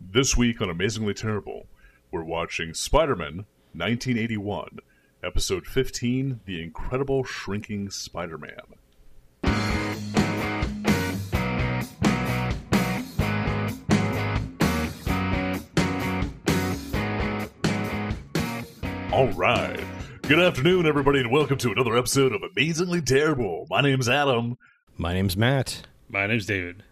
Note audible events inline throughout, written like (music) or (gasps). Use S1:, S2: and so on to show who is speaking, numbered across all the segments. S1: This week on Amazingly Terrible, we're watching Spider Man 1981, Episode 15 The Incredible Shrinking Spider Man. All right. Good afternoon, everybody, and welcome to another episode of Amazingly Terrible. My name's Adam.
S2: My name's Matt,
S3: My name's David.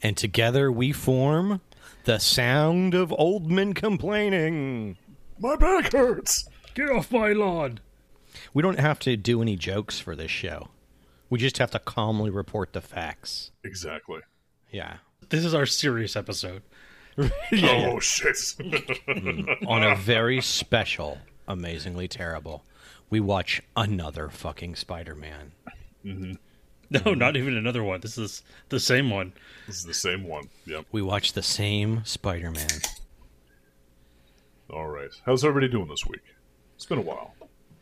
S2: and together we form the sound of old men complaining.
S1: My back hurts.
S3: Get off my lawn.
S2: We don't have to do any jokes for this show. We just have to calmly report the facts.
S1: Exactly. (laughs)
S2: Yeah.
S3: This is our serious episode. (laughs)
S1: Oh, shit. (laughs)
S2: On a very special, amazingly terrible, we watch another fucking Spider Man.
S3: No, not even another one. This is the same one.
S1: this is the same one. Yep.
S2: We watch the same Spider Man.
S1: All right. How's everybody doing this week? It's been a while.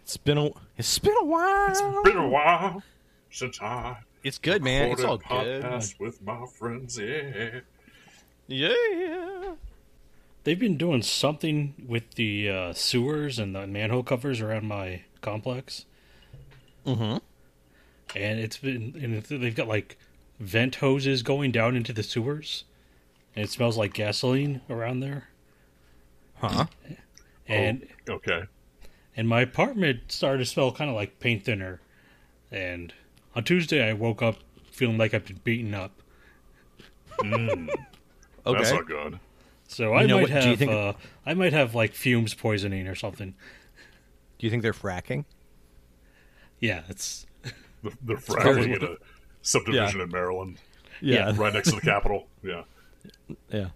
S2: It's been a it's been a while.
S1: Been a while since I
S2: It's good, man. It's all
S1: recorded
S2: good.
S1: podcast with my friends. Yeah.
S2: Yeah.
S3: They've been doing something with the uh, sewers and the manhole covers around my complex. Mm-hmm. And it's been, and it's- they've got like vent hoses going down into the sewers, and it smells like gasoline around there.
S2: Huh?
S3: And
S1: Okay.
S3: and my apartment started to smell kind of like paint thinner. And on Tuesday, I woke up feeling like I've been beaten up.
S1: That's
S2: Okay.
S1: not good.
S3: So I
S2: You know
S3: might
S2: what, do you
S3: have
S2: think-
S3: uh, I might have like fumes poisoning or something.
S2: Do you think they're fracking?
S3: Yeah, it's
S1: The, they're fracking
S2: very-
S1: in a subdivision in Maryland,
S3: Yeah.
S1: right next to the Capitol. Yeah.
S2: Yeah.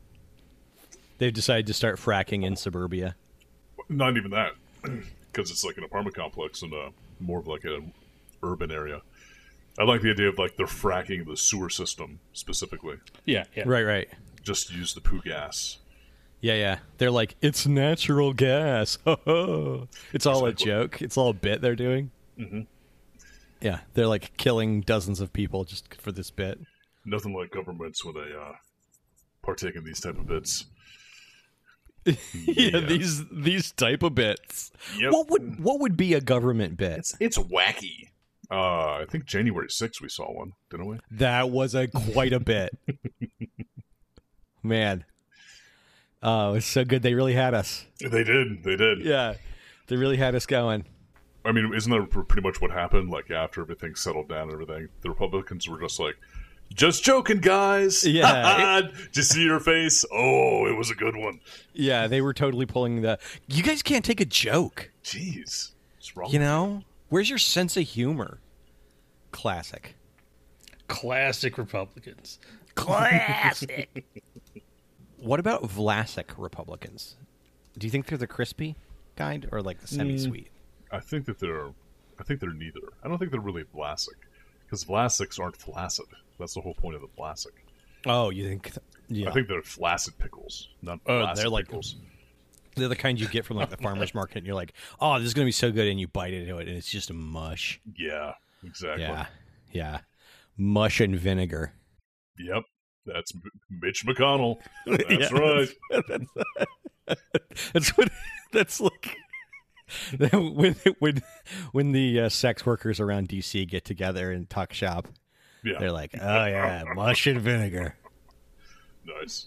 S2: They've decided to start fracking in suburbia.
S1: Not even that, (clears throat) because it's like an apartment complex and uh, more of like an urban area. I like the idea of like they're fracking the sewer system specifically.
S3: yeah, yeah.
S2: Right, right.
S1: Just use the poo gas.
S2: Yeah, yeah. They're like, it's natural gas. (laughs) it's all a
S1: Exactly.
S2: joke. It's all a bit they're doing. Mm-hmm. Yeah, they're like killing dozens of people just for this bit.
S1: Nothing like governments when they uh, partake in these type of bits.
S2: (laughs) Yeah,
S1: Yeah.
S2: these these type of bits.
S1: Yep.
S2: What would what would be a government bit?
S1: It's wacky. Uh, I think January 6th we saw one, didn't we?
S2: That was a quite a bit. Man. Oh, it's so good. They really had us.
S1: They did. They did.
S2: Yeah. They really had us going.
S1: I mean, isn't that pr- pretty much what happened? Like after everything settled down and everything, the Republicans were just like, "Just joking, guys." (laughs)
S2: (laughs) Yeah.
S1: Did you see your face? Oh, it was a good one.
S2: Yeah, they were totally pulling the. You guys can't take a joke.
S1: Jeez, what's wrong?
S2: You know, where's your sense of humor? Classic.
S3: Classic Republicans.
S2: Classic. (laughs) what about Vlasic Republicans? Do you think they're the crispy kind or like the semi-sweet?
S1: I think that they're, I think they're neither. I don't think they're really Vlasic, because Vlasics aren't flaccid. That's the whole point of the Vlasic.
S2: Oh, you think? th- yeah,
S1: I think they're flaccid pickles, not
S2: Oh,
S1: flaccid
S2: they're like-
S1: pickles.
S2: they're the kind you get from like the farmers market, and you're like, "Oh, this is gonna be so good," and you bite into it, and it's just a mush.
S1: Yeah, exactly.
S2: Yeah, yeah, mush and vinegar.
S1: Yep, that's M- Mitch McConnell. That's right.
S2: (laughs) That's what. That's like (laughs) when when when the uh, sex workers around DC get together and talk shop.
S1: Yeah,
S2: They're like, oh yeah, mush and vinegar.
S1: Nice.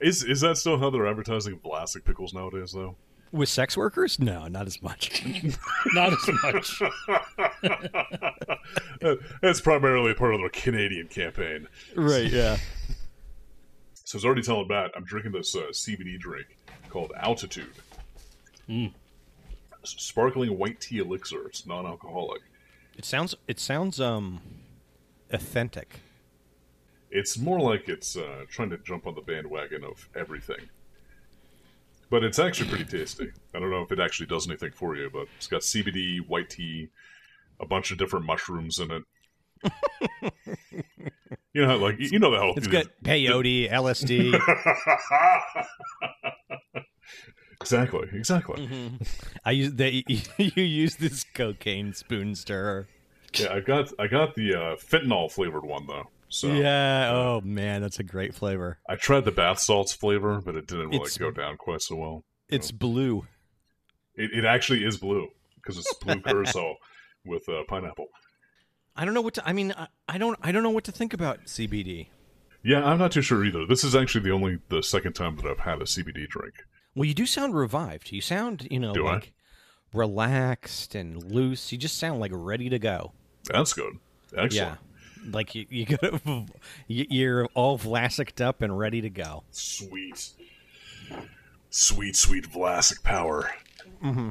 S1: is is that still how they're advertising plastic pickles nowadays, though?
S2: With sex workers, no, not as much.
S1: (laughs)
S3: Not as
S2: (laughs)
S3: much.
S1: That- That's primarily part of their Canadian campaign.
S2: right? Yeah.
S1: So I was already telling Matt, I'm drinking this uh, CBD drink called Altitude. S- Sparkling white tea elixir. It's non-alcoholic.
S2: It sounds. It sounds um, authentic.
S1: It's more like it's uh, trying to jump on the bandwagon of everything. But it's actually pretty tasty. I don't know if it actually does anything for you, but it's got CBD, white tea, a bunch of different mushrooms in it.
S2: (laughs)
S1: you know, how, like you know the whole.
S2: It's got peyote,
S1: (laughs)
S2: LSD.
S1: Exactly, exactly.
S2: Mm-hmm. I use they. (laughs) You use this cocaine spoon stirrer.
S1: Yeah, I got I got the uh, fentanyl flavored one though. So
S2: yeah. Oh man, that's a great flavor.
S1: I tried the bath salts flavor, but it didn't really
S2: It's-
S1: go down quite so well.
S2: It's blue.
S1: It, it actually is blue because it's blue curacao with uh, pineapple.
S2: I don't know what to. I mean, I, I don't. I don't know what to think about CBD.
S1: Yeah, I'm not too sure either. This is actually the only the second time that I've had a CBD drink.
S2: Well, you do sound revived. You sound, you know,
S1: Do I?
S2: like relaxed and loose. You just sound like ready to go.
S1: That's good. Excellent.
S2: Yeah. Like you, you got to, you- you're all vlasicked up and ready to go.
S1: Sweet. Sweet, sweet Vlasic power. Mm-hmm.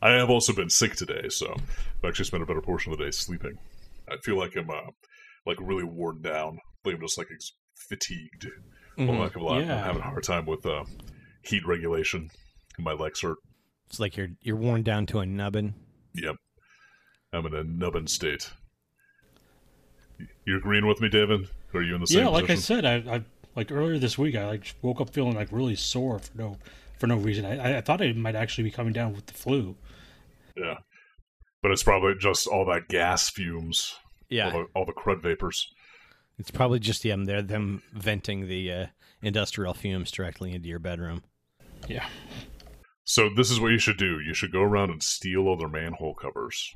S1: I have also been sick today, so I've actually spent a better portion of the day sleeping. I feel like I'm uh, like really worn down. Like I'm just like ex- fatigued. Well, not gonna lie,
S3: Yeah.
S1: I'm having a hard time with uh, heat regulation. My legs hurt.
S2: It's like you're you're worn down to a nubbin.
S1: Yep. I'm in a nubbin state. You're agreeing with me, David? Are you in the same
S3: yeah, like I
S1: position?
S3: said, I, I like earlier this week, I like woke up feeling like really sore for no for no reason. I, I- I thought I might actually be coming down with the flu.
S1: Yeah. But it's probably just all that gas fumes all, the, all the crud vapors.
S2: it's probably just them. They're them venting the uh, industrial fumes directly into your bedroom.
S3: Yeah,
S1: So this is what you should do. You should go around and steal other manhole covers,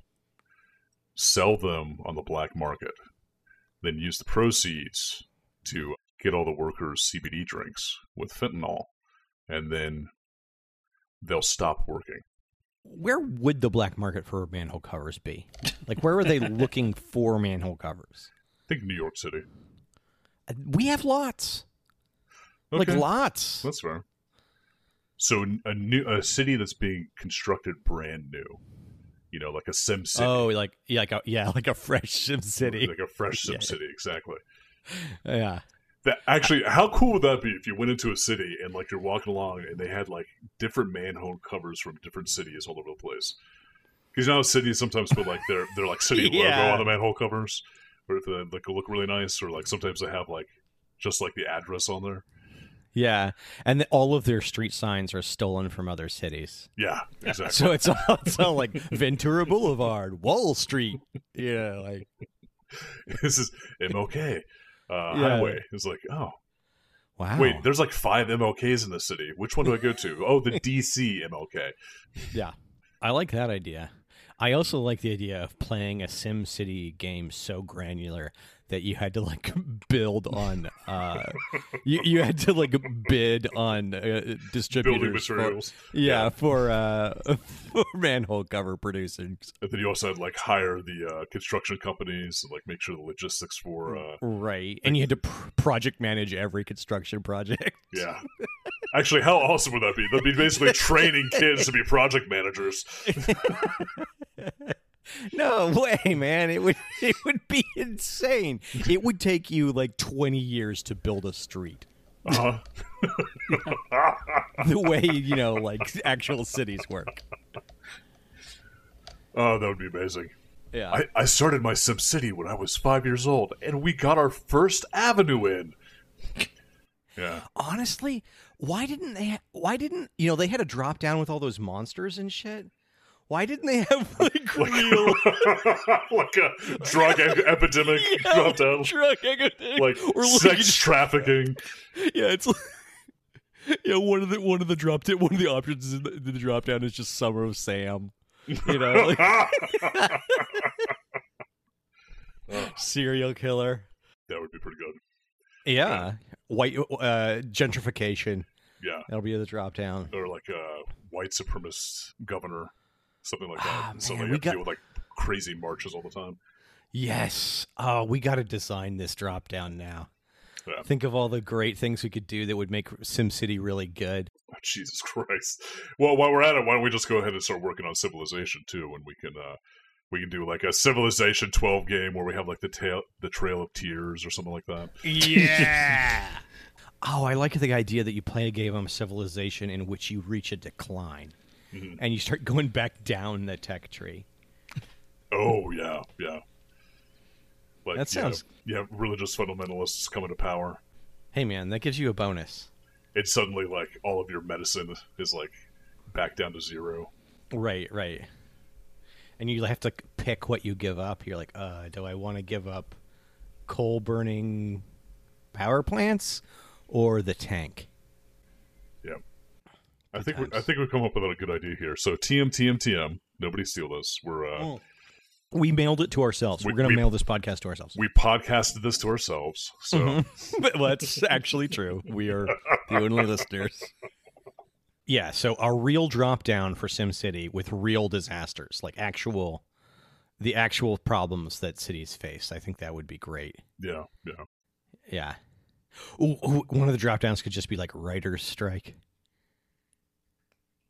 S1: sell them on the black market, then use the proceeds to get all the workers CBD drinks with fentanyl, and then they'll stop working.
S2: Where would the black market for manhole covers be? Like, where are they (laughs) looking for manhole covers? Uh,
S1: I think New York City.
S2: We have lots,
S1: Okay.
S2: like lots.
S1: That's fair. So n- a new a city that's being constructed brand new, you know, like a Sim City,
S2: Oh, like yeah, like a, yeah, like a fresh Sim City.
S1: like a fresh Sim
S2: Yeah.
S1: City, exactly.
S2: Yeah,
S1: That actually, how cool would that be if you went into a city and like you're walking along and they had like different manhole covers from different cities all over the place? Because you know, how cities sometimes put like their their
S2: (laughs)
S1: like city
S2: Yeah.
S1: logo on the manhole covers, or if they like look really nice, or like sometimes they have like just like the address on there.
S2: yeah, and th- all of their street signs are stolen from other cities.
S1: Yeah, exactly. (laughs)
S2: (laughs) So it's all, it's all like Ventura Boulevard, Wall Street. Yeah, like
S1: this is MLK uh, highway. It's like, oh
S2: wow.
S1: wait, there's like five MLKs in the city. Which one do I go to? Oh,
S2: (laughs)
S1: the DC MLK.
S2: yeah, I like that idea. I also like the idea of playing a Sim City game so granular that you had to like (laughs) build on, uh, you you had to like bid on uh, distributors
S1: Building
S2: for-
S1: materials.
S2: yeah, for uh, (laughs) for manhole cover producers.
S1: And then you also had like hire the uh, construction companies and like make sure the logistics for
S2: Hmm.
S1: uh,
S2: Right, and you had to pr- project manage every construction project. (laughs)
S1: yeah. Actually, how awesome would that be? That'd be basically training kids to be project managers.
S2: No way, man! It would (laughs) it would be insane. It would take you like twenty years to build a street
S1: Uh-huh.
S2: (laughs) the way you know like actual cities work.
S1: Oh, that would be amazing.
S2: Yeah,
S1: I, I started my Sim City when I was five years old, and we got our first avenue in. Yeah,
S2: honestly, why didn't they? Ha- why didn't you know they had a drop down with all those monsters and shit? Why didn't they have like (laughs) real
S1: like (laughs) a drug
S2: (laughs)
S1: e- epidemic (laughs) dropped down,
S2: drug (laughs)
S1: like
S2: or
S1: sex trafficking. (laughs)
S2: Yeah, it's like, (laughs) yeah. One of the one of the drop down one of the options in the, the drop down is just Summer of Sam. You know,
S1: (laughs)
S2: like,
S1: Ah!
S2: serial killer.
S1: That would be pretty good.
S2: Yeah, white uh, gentrification.
S1: Yeah,
S2: That'll be the drop down.
S1: or like a white supremacist governor, something like that.
S2: Ah,
S1: so
S2: man,
S1: they
S2: we
S1: have to
S2: got-
S1: deal with like crazy marches all the time. (laughs)
S2: Yes. Oh, we got to design this drop down now.
S1: Yeah.
S2: Think of all the great things we could do that would make SimCity really good.
S1: Oh, Jesus Christ! Well, while we're at it, why don't we just go ahead and start working on Civilization too, and we can uh, we can do like a Civilization twelve game where we have like the tail the Trail of Tears or something like that.
S2: Yeah. oh, I like the idea that you play a game of civilization in which you reach a decline and you start going back down the tech tree.
S1: Oh yeah, yeah. Like,
S2: That sounds-
S1: Yeah, yeah, religious fundamentalists coming to power.
S2: Hey, man, that gives you a bonus.
S1: It's suddenly like all of your medicine is like back down to zero.
S2: Right, right. And you have to pick what you give up. You're like, uh, do I want to give up coal burning power plants or the tank.
S1: Yeah. I think we, I think we've come up with a good idea here. So TM TM TM. Nobody steal this. We're uh,
S2: Oh. We mailed it to ourselves.
S1: We-
S2: We, are going to
S1: we-
S2: mail this podcast to ourselves.
S1: we podcasted this to ourselves. So
S2: Mm-hmm. but well, that's actually true. We are the only listeners. Yeah, so a real drop down for SimCity with real disasters, like actual the actual problems that cities face. I think that would be great.
S1: yeah, yeah.
S2: Yeah. Ooh, ooh, one of the drop downs could just be like writer's strike.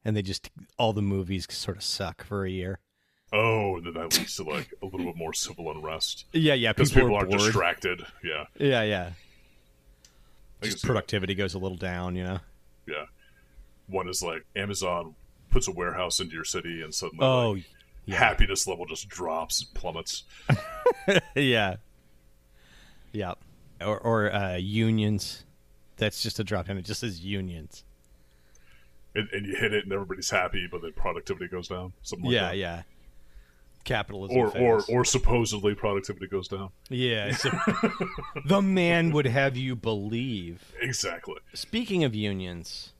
S2: And they just all the movies sort of suck for a year.
S1: Oh, and then that leads to like a little bit more civil
S2: (laughs)
S1: unrest
S2: Yeah, yeah.
S1: because
S2: people
S1: people,
S2: are
S1: are,
S2: bored.
S1: distracted. Yeah,
S2: Yeah, yeah.
S1: I can
S2: Just
S1: see
S2: productivity goes a little down, you know.
S1: that. yeah. One is like Amazon puts a warehouse into your city, and suddenly
S2: Oh,
S1: like,
S2: yeah.
S1: happiness level just drops, and plummets.
S2: yeah. Yeah. Or or uh, unions. That's just a drop down. It just says unions.
S1: and, and you hit it and everybody's happy, but then productivity goes down. Something like
S2: yeah,
S1: that.
S2: yeah. Capitalism.
S1: Or, or
S2: fails.
S1: or supposedly productivity goes down.
S2: yeah.
S1: (laughs)
S2: it's a- the man would have you believe.
S1: Exactly.
S2: Speaking of unions,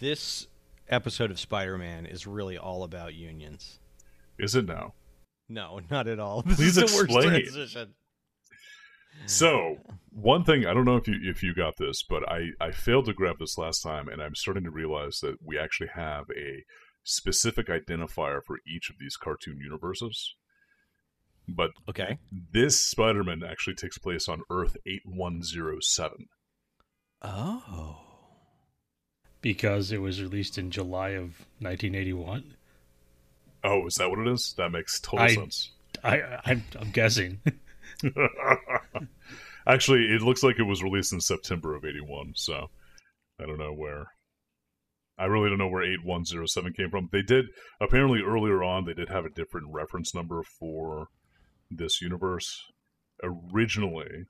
S2: this episode of Spider Man is really all about unions.
S1: Is it now?
S2: No, not at all. (laughs) This
S1: Please
S2: is the
S1: explain.
S2: worst transition.
S1: So one thing I don't know if you if you got this, but I I failed to grab this last time, and I'm starting to realize that we actually have a specific identifier for each of these cartoon universes. But
S2: Okay.
S1: this Spider-Man actually takes place on Earth 8107.
S2: Oh.
S3: because it was released in July of 1981.
S1: Oh, is that what it is? That makes total
S3: I-
S1: sense.
S3: I, I'm, I'm guessing.
S1: (laughs) Actually, it looks like it was released in September of 81, so I don't know where. I really don't know where 8107 came from. They did, apparently earlier on, they did have a different reference number for this universe. Originally,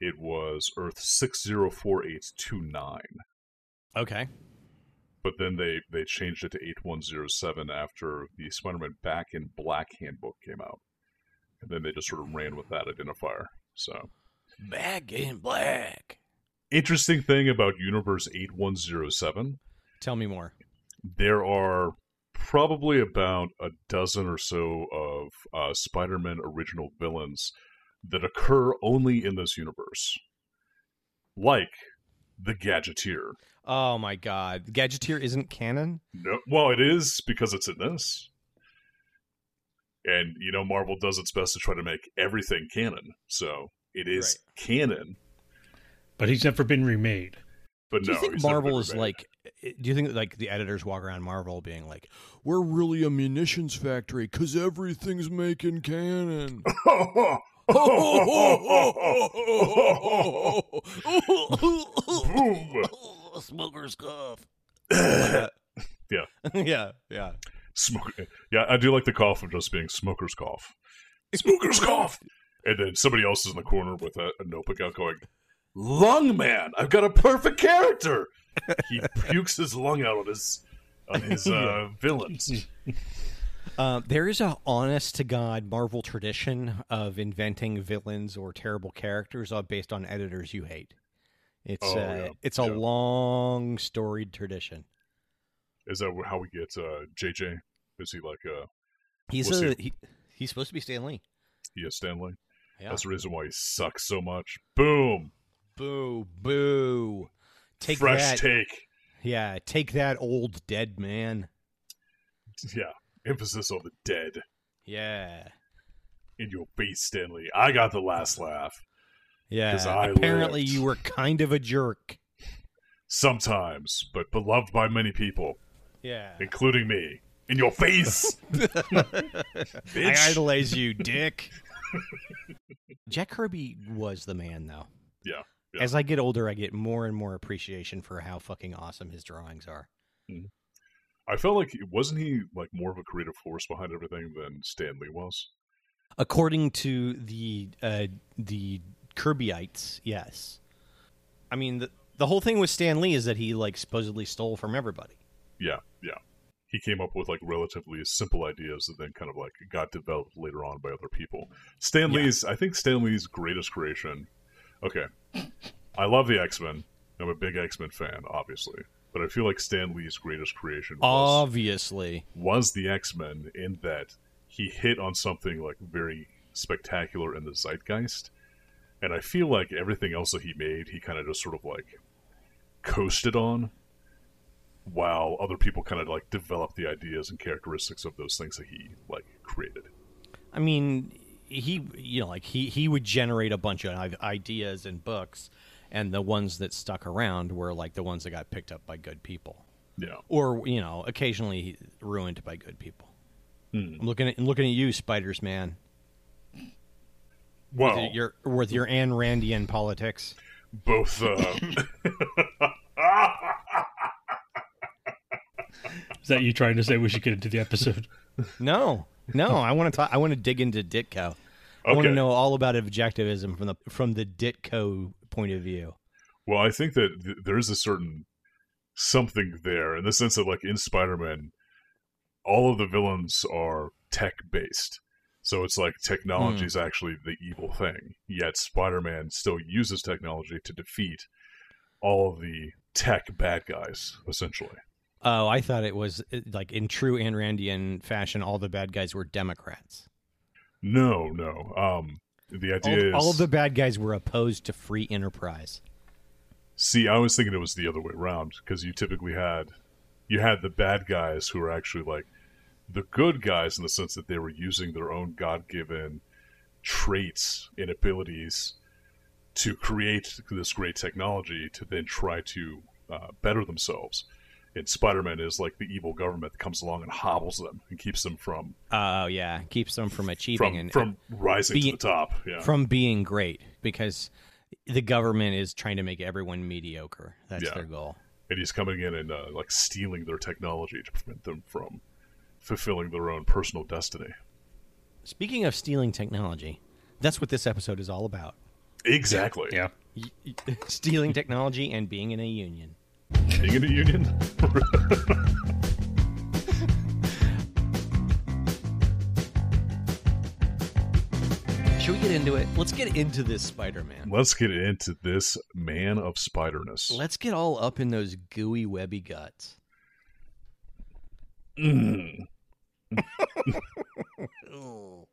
S1: it was Earth 604829,
S2: Okay.
S1: but then they, they changed it to 8107 after the Spider Man Back in Black handbook came out. And then they just sort of ran with that identifier. So.
S2: Back in black.
S1: interesting thing about Universe 8107,
S2: Tell me more.
S1: there are probably about a dozen or so of uh, Spider Man original villains that occur only in this universe. Like the Gadgeteer.
S2: Oh my god. Gadgeteer isn't canon?
S1: No, well, it is because it's in this. And, you know, Marvel does its best to try to make everything canon. So it is canon,
S3: but he's never been remade.
S1: but
S2: Do you
S1: no.
S2: think
S1: it's never
S2: Marvel
S1: been
S2: is
S1: remade.
S2: like eh, do you think like the editors walk around Marvel being like, We're really a munitions factory because everything's making
S1: (laughs)
S2: canon. (laughs) (laughs)
S1: (laughs) Boom!
S2: Smoker's cough.
S1: (laughs) Yeah.
S2: (laughs) yeah, yeah.
S1: Smoke. Yeah, I do like the cough of just being smoker's cough. Smoker's cough. And then somebody else is in the corner with a, a notebook out going, Lung man, I've got a perfect character. (laughs) He pukes his lung out on his on (laughs) his uh, villains.
S2: Uh, there is a honest to god Marvel tradition of inventing villains or terrible characters uh, based on editors you hate. It's
S1: Oh,
S2: uh,
S1: yeah,
S2: it's a
S1: yeah.
S2: long storied tradition.
S1: Is that how we get uh, JJ? Is he like uh,
S2: He's
S1: We'll
S2: a he, he's supposed to be Stan Lee.
S1: he is Stanley?
S2: Yeah.
S1: That's the reason why he sucks so much. Boom!
S2: Boo, boo. Take
S1: Fresh
S2: that.
S1: take.
S2: yeah, take that old dead man.
S1: Yeah, emphasis on the dead.
S2: Yeah.
S1: In your face, Stanley. I got the last laugh.
S2: Yeah.
S1: 'Cause I
S2: Apparently
S1: lived.
S2: you were kind of a jerk.
S1: sometimes, but beloved by many people,
S2: Yeah.
S1: including me. In your face,
S2: I
S1: bitch.
S2: idolize
S1: (laughs)
S2: you, dick. Jack Kirby was the man though.
S1: Yeah, yeah.
S2: As I get older, I get more and more appreciation for how fucking awesome his drawings are.
S1: I felt like wasn't he like more of a creative force behind everything than Stan Lee was?
S2: According to the uh, the Kirbyites, yes. I mean, the, the whole thing with Stan Lee is that he like supposedly stole from everybody.
S1: Yeah, yeah. he came up with like relatively simple ideas that then kind of like got developed later on by other people. Stan
S2: Yeah.
S1: Lee's, I think Stan Lee's greatest creation. Okay, I love the X Men. I'm a big X Men fan, obviously, but I feel like Stan Lee's greatest creation was
S2: Obviously.
S1: was the X Men in that he hit on something like very spectacular in the zeitgeist. And I feel like everything else that he made, he kind of just sort of like coasted on while other people kind of like developed the ideas and characteristics of those things that he like created.
S2: I mean, he you know like he he would generate a bunch of i- ideas and books, and the ones that stuck around were like the ones that got picked up by good people,
S1: Yeah.
S2: or you know occasionally ruined by good people. I'm looking at I'm looking at you, Spiders Man.
S1: Well,
S2: Your with your Anne Randian politics.
S1: both uh,
S3: Is that you trying to say we should get into the episode?
S2: No, no, I want to talk. I want to dig into Ditko. (laughs) I want to
S1: Okay.
S2: know all about objectivism from the from the Ditko point of view.
S1: Well, I think that th- there is a certain something there in the sense that, like in Spider-Man, all of the villains are tech-based, so it's like technology
S2: Hmm.
S1: is actually the evil thing. Yet Spider-Man still uses technology to defeat all of the tech bad guys, essentially.
S2: Oh, I thought it was uh, like in true Ayn Randian fashion, all the bad guys were Democrats.
S1: No, no. Um, the
S2: All,
S1: idea is
S2: all of the bad guys were opposed to free enterprise.
S1: See, I was thinking it was the other way around because you typically had you had the bad guys who were actually like the good guys in the sense that they were using their own god-given traits and abilities to create this great technology to then try to uh, better themselves. And Spider-Man is like the evil government that comes along and hobbles them and keeps them from
S2: Oh, yeah, keeps them from achieving
S1: from from
S2: and
S1: rising
S2: be-
S1: to the top. Yeah,
S2: from being great because the government is trying to make everyone mediocre. That's
S1: Yeah.
S2: their goal.
S1: and he's coming in and uh, like stealing their technology to prevent them from fulfilling their own personal destiny.
S2: Speaking of stealing technology, that's what this episode is all about.
S1: Exactly.
S3: (laughs) Yeah.
S2: Y- y- (laughs) stealing technology and being in a union.
S1: Being in a union.
S2: Should we get into it? Let's get into this Spider-Man.
S1: Let's get into this man of spiderness.
S2: Let's get all up in those gooey, webby guts.
S1: Mm.
S2: (laughs) All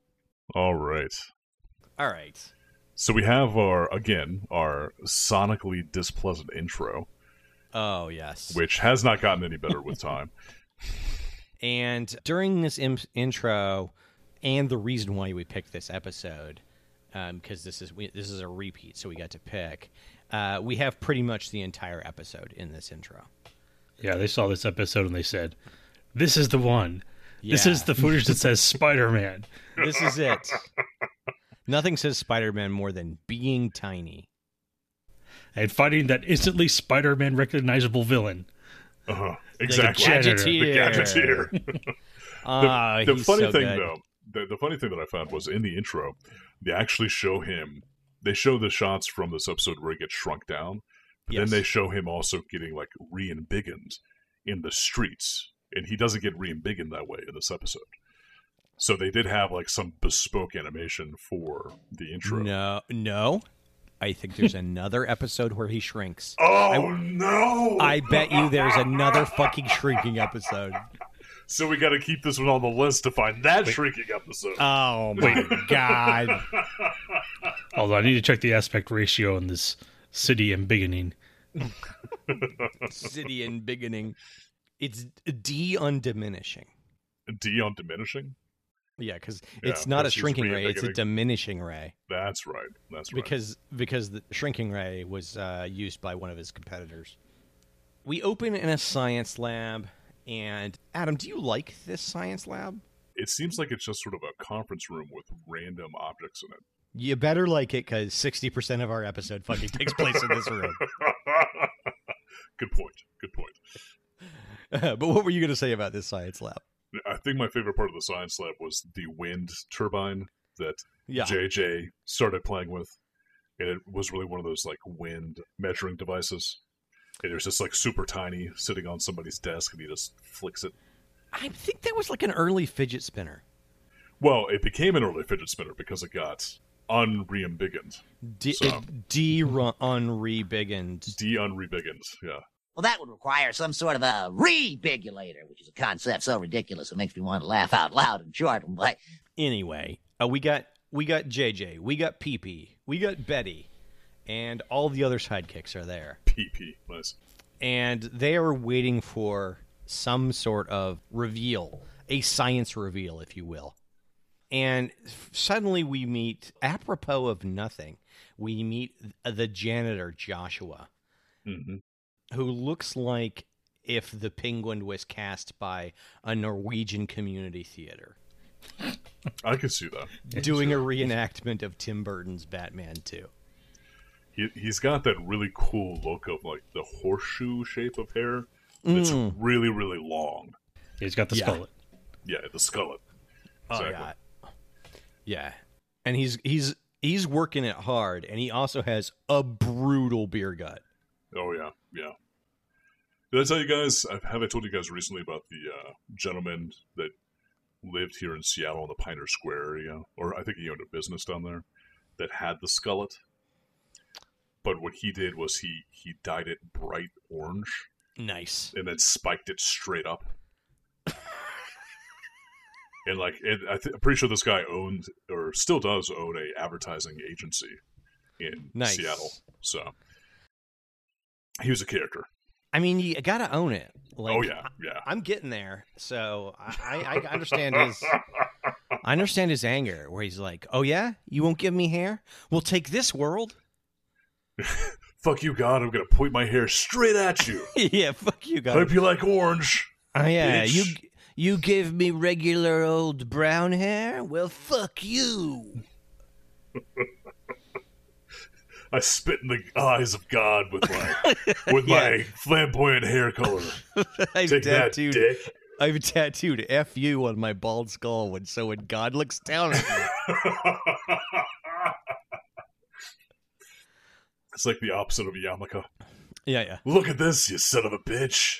S1: All right.
S2: right.
S1: So we have our again our sonically displeasant intro,
S2: Oh, yes.
S1: which has not gotten any better with
S2: (laughs)
S1: time.
S2: And during this im- intro, and the reason why we picked this episode, because this is we, this is a repeat, so we got to pick. Uh, we have pretty much the entire episode in this intro.
S3: Yeah, they saw this episode and they said, This is the one. This
S2: Yeah.
S3: is the footage
S2: (laughs)
S3: that says Spider Man.
S2: This
S1: (laughs)
S2: is it. Nothing says Spider-Man more than being tiny.
S3: And fighting that instantly Spider Man recognizable villain.
S1: Uh-huh.
S2: The
S1: Exactly.
S2: gadgeteer.
S1: The
S2: (laughs)
S1: gadgeteer.
S2: Ah,
S1: the
S2: he's
S1: funny
S2: so
S1: thing
S2: good.
S1: though the, the funny thing that i found was in the intro they actually show him they show the shots from this episode where he gets shrunk down but
S2: Yes.
S1: then they show him also getting like reinbigged in the streets and he doesn't get reinbigged that way in this episode so they did have like some bespoke animation for the intro
S2: No, no. I
S1: (laughs)
S2: think there's another episode where he shrinks.
S1: oh no
S2: I bet you there's another fucking shrinking episode.
S1: (laughs) so we got to keep this one on the list to find that shrinking episode
S2: Oh my god.
S3: Although I need to check the aspect ratio in this city and beginning.
S2: City and beginning. It's D undiminishing.
S1: d on diminishing
S2: Yeah, because
S1: Yeah,
S2: it's not a
S1: versus
S2: shrinking ray, it's a
S1: re-beginning.
S2: diminishing ray.
S1: that's right that's right
S2: Because because the shrinking ray was uh, used by one of his competitors. We open in a science lab and Adam, do you like this science lab?
S1: it seems like it's just sort of a conference room with random objects in it. (laughs)
S2: You better like it because sixty percent of our episode fucking (laughs) takes place in this room. (laughs)
S1: Good point. Good point.
S2: but what were you going to say about this science lab?
S1: I think my favorite part of the science lab was the wind turbine that
S2: Yeah,
S1: JJ started playing with. And it was really one of those like wind measuring devices. And it was just like super tiny sitting on somebody's desk and he just flicks it.
S2: I think that was like an early fidget spinner.
S1: Well, it became an early fidget spinner because it got unreambiggened.
S2: D,
S1: So-
S2: D unrebiggened.
S1: De-unrebiggened, yeah.
S4: Well, that would require some sort of a rebigulator, which is a concept so ridiculous it makes me want to laugh out loud and chortle. But
S2: Anyway, uh, we got we got JJ, we got PP, we got Betty, and all the other sidekicks are there,
S1: PP. Nice.
S2: and they are waiting for some sort of reveal, a science reveal, if you will. And f- suddenly we meet, apropos of nothing, we meet the janitor Joshua.
S1: hmm
S2: who looks like if the penguin was cast by a Norwegian community theater
S1: I could see that.
S2: doing a reenactment of Tim Burton's Batman 2.
S1: He, he's got that really cool look of like the horseshoe shape of hair. It's
S2: Mm.
S1: really, really long.
S3: He's got the
S2: Yeah.
S3: skullet.
S1: Yeah, the skullet. Exactly.
S2: Oh, yeah. Yeah. And he's he's he's working it hard and he also has a brutal beer gut.
S1: Oh yeah, yeah. Did I tell you guys? I have I told you guys recently about the uh, gentleman that lived here in Seattle in the Pioneer Square area, or I think he owned a business down there that had the skullet. But what he did was he he dyed it bright orange
S2: Nice.
S1: and then spiked it straight up. and like, it, I th- I'm pretty sure this guy owned or still does own a advertising agency in
S2: Nice.
S1: Seattle. So he was a character.
S2: I mean, you got to own it. Like
S1: oh yeah, yeah.
S2: I'm getting there, so I, I I understand his I understand his anger where he's like, "Oh yeah, you won't give me hair? We'll take this world."
S1: (laughs)
S2: (laughs)
S1: Fuck you, God! I'm gonna point my hair straight at you.
S2: yeah, fuck you
S1: I
S2: guys.
S1: hope you like orange.
S2: Oh yeah,
S1: bitch.
S2: you you give me regular old brown hair? Well, fuck you. (laughs)
S1: I spit in the eyes of God with
S2: (laughs)
S1: my with my flamboyant hair color.
S2: I've
S1: Take that,
S2: tattooed
S1: dick. (laughs)
S2: I've tattooed "F you" on my bald skull when so when God looks down at me.
S1: it's like the opposite of a yarmulke.
S2: (laughs) yeah,
S1: Look at this, you son of a bitch.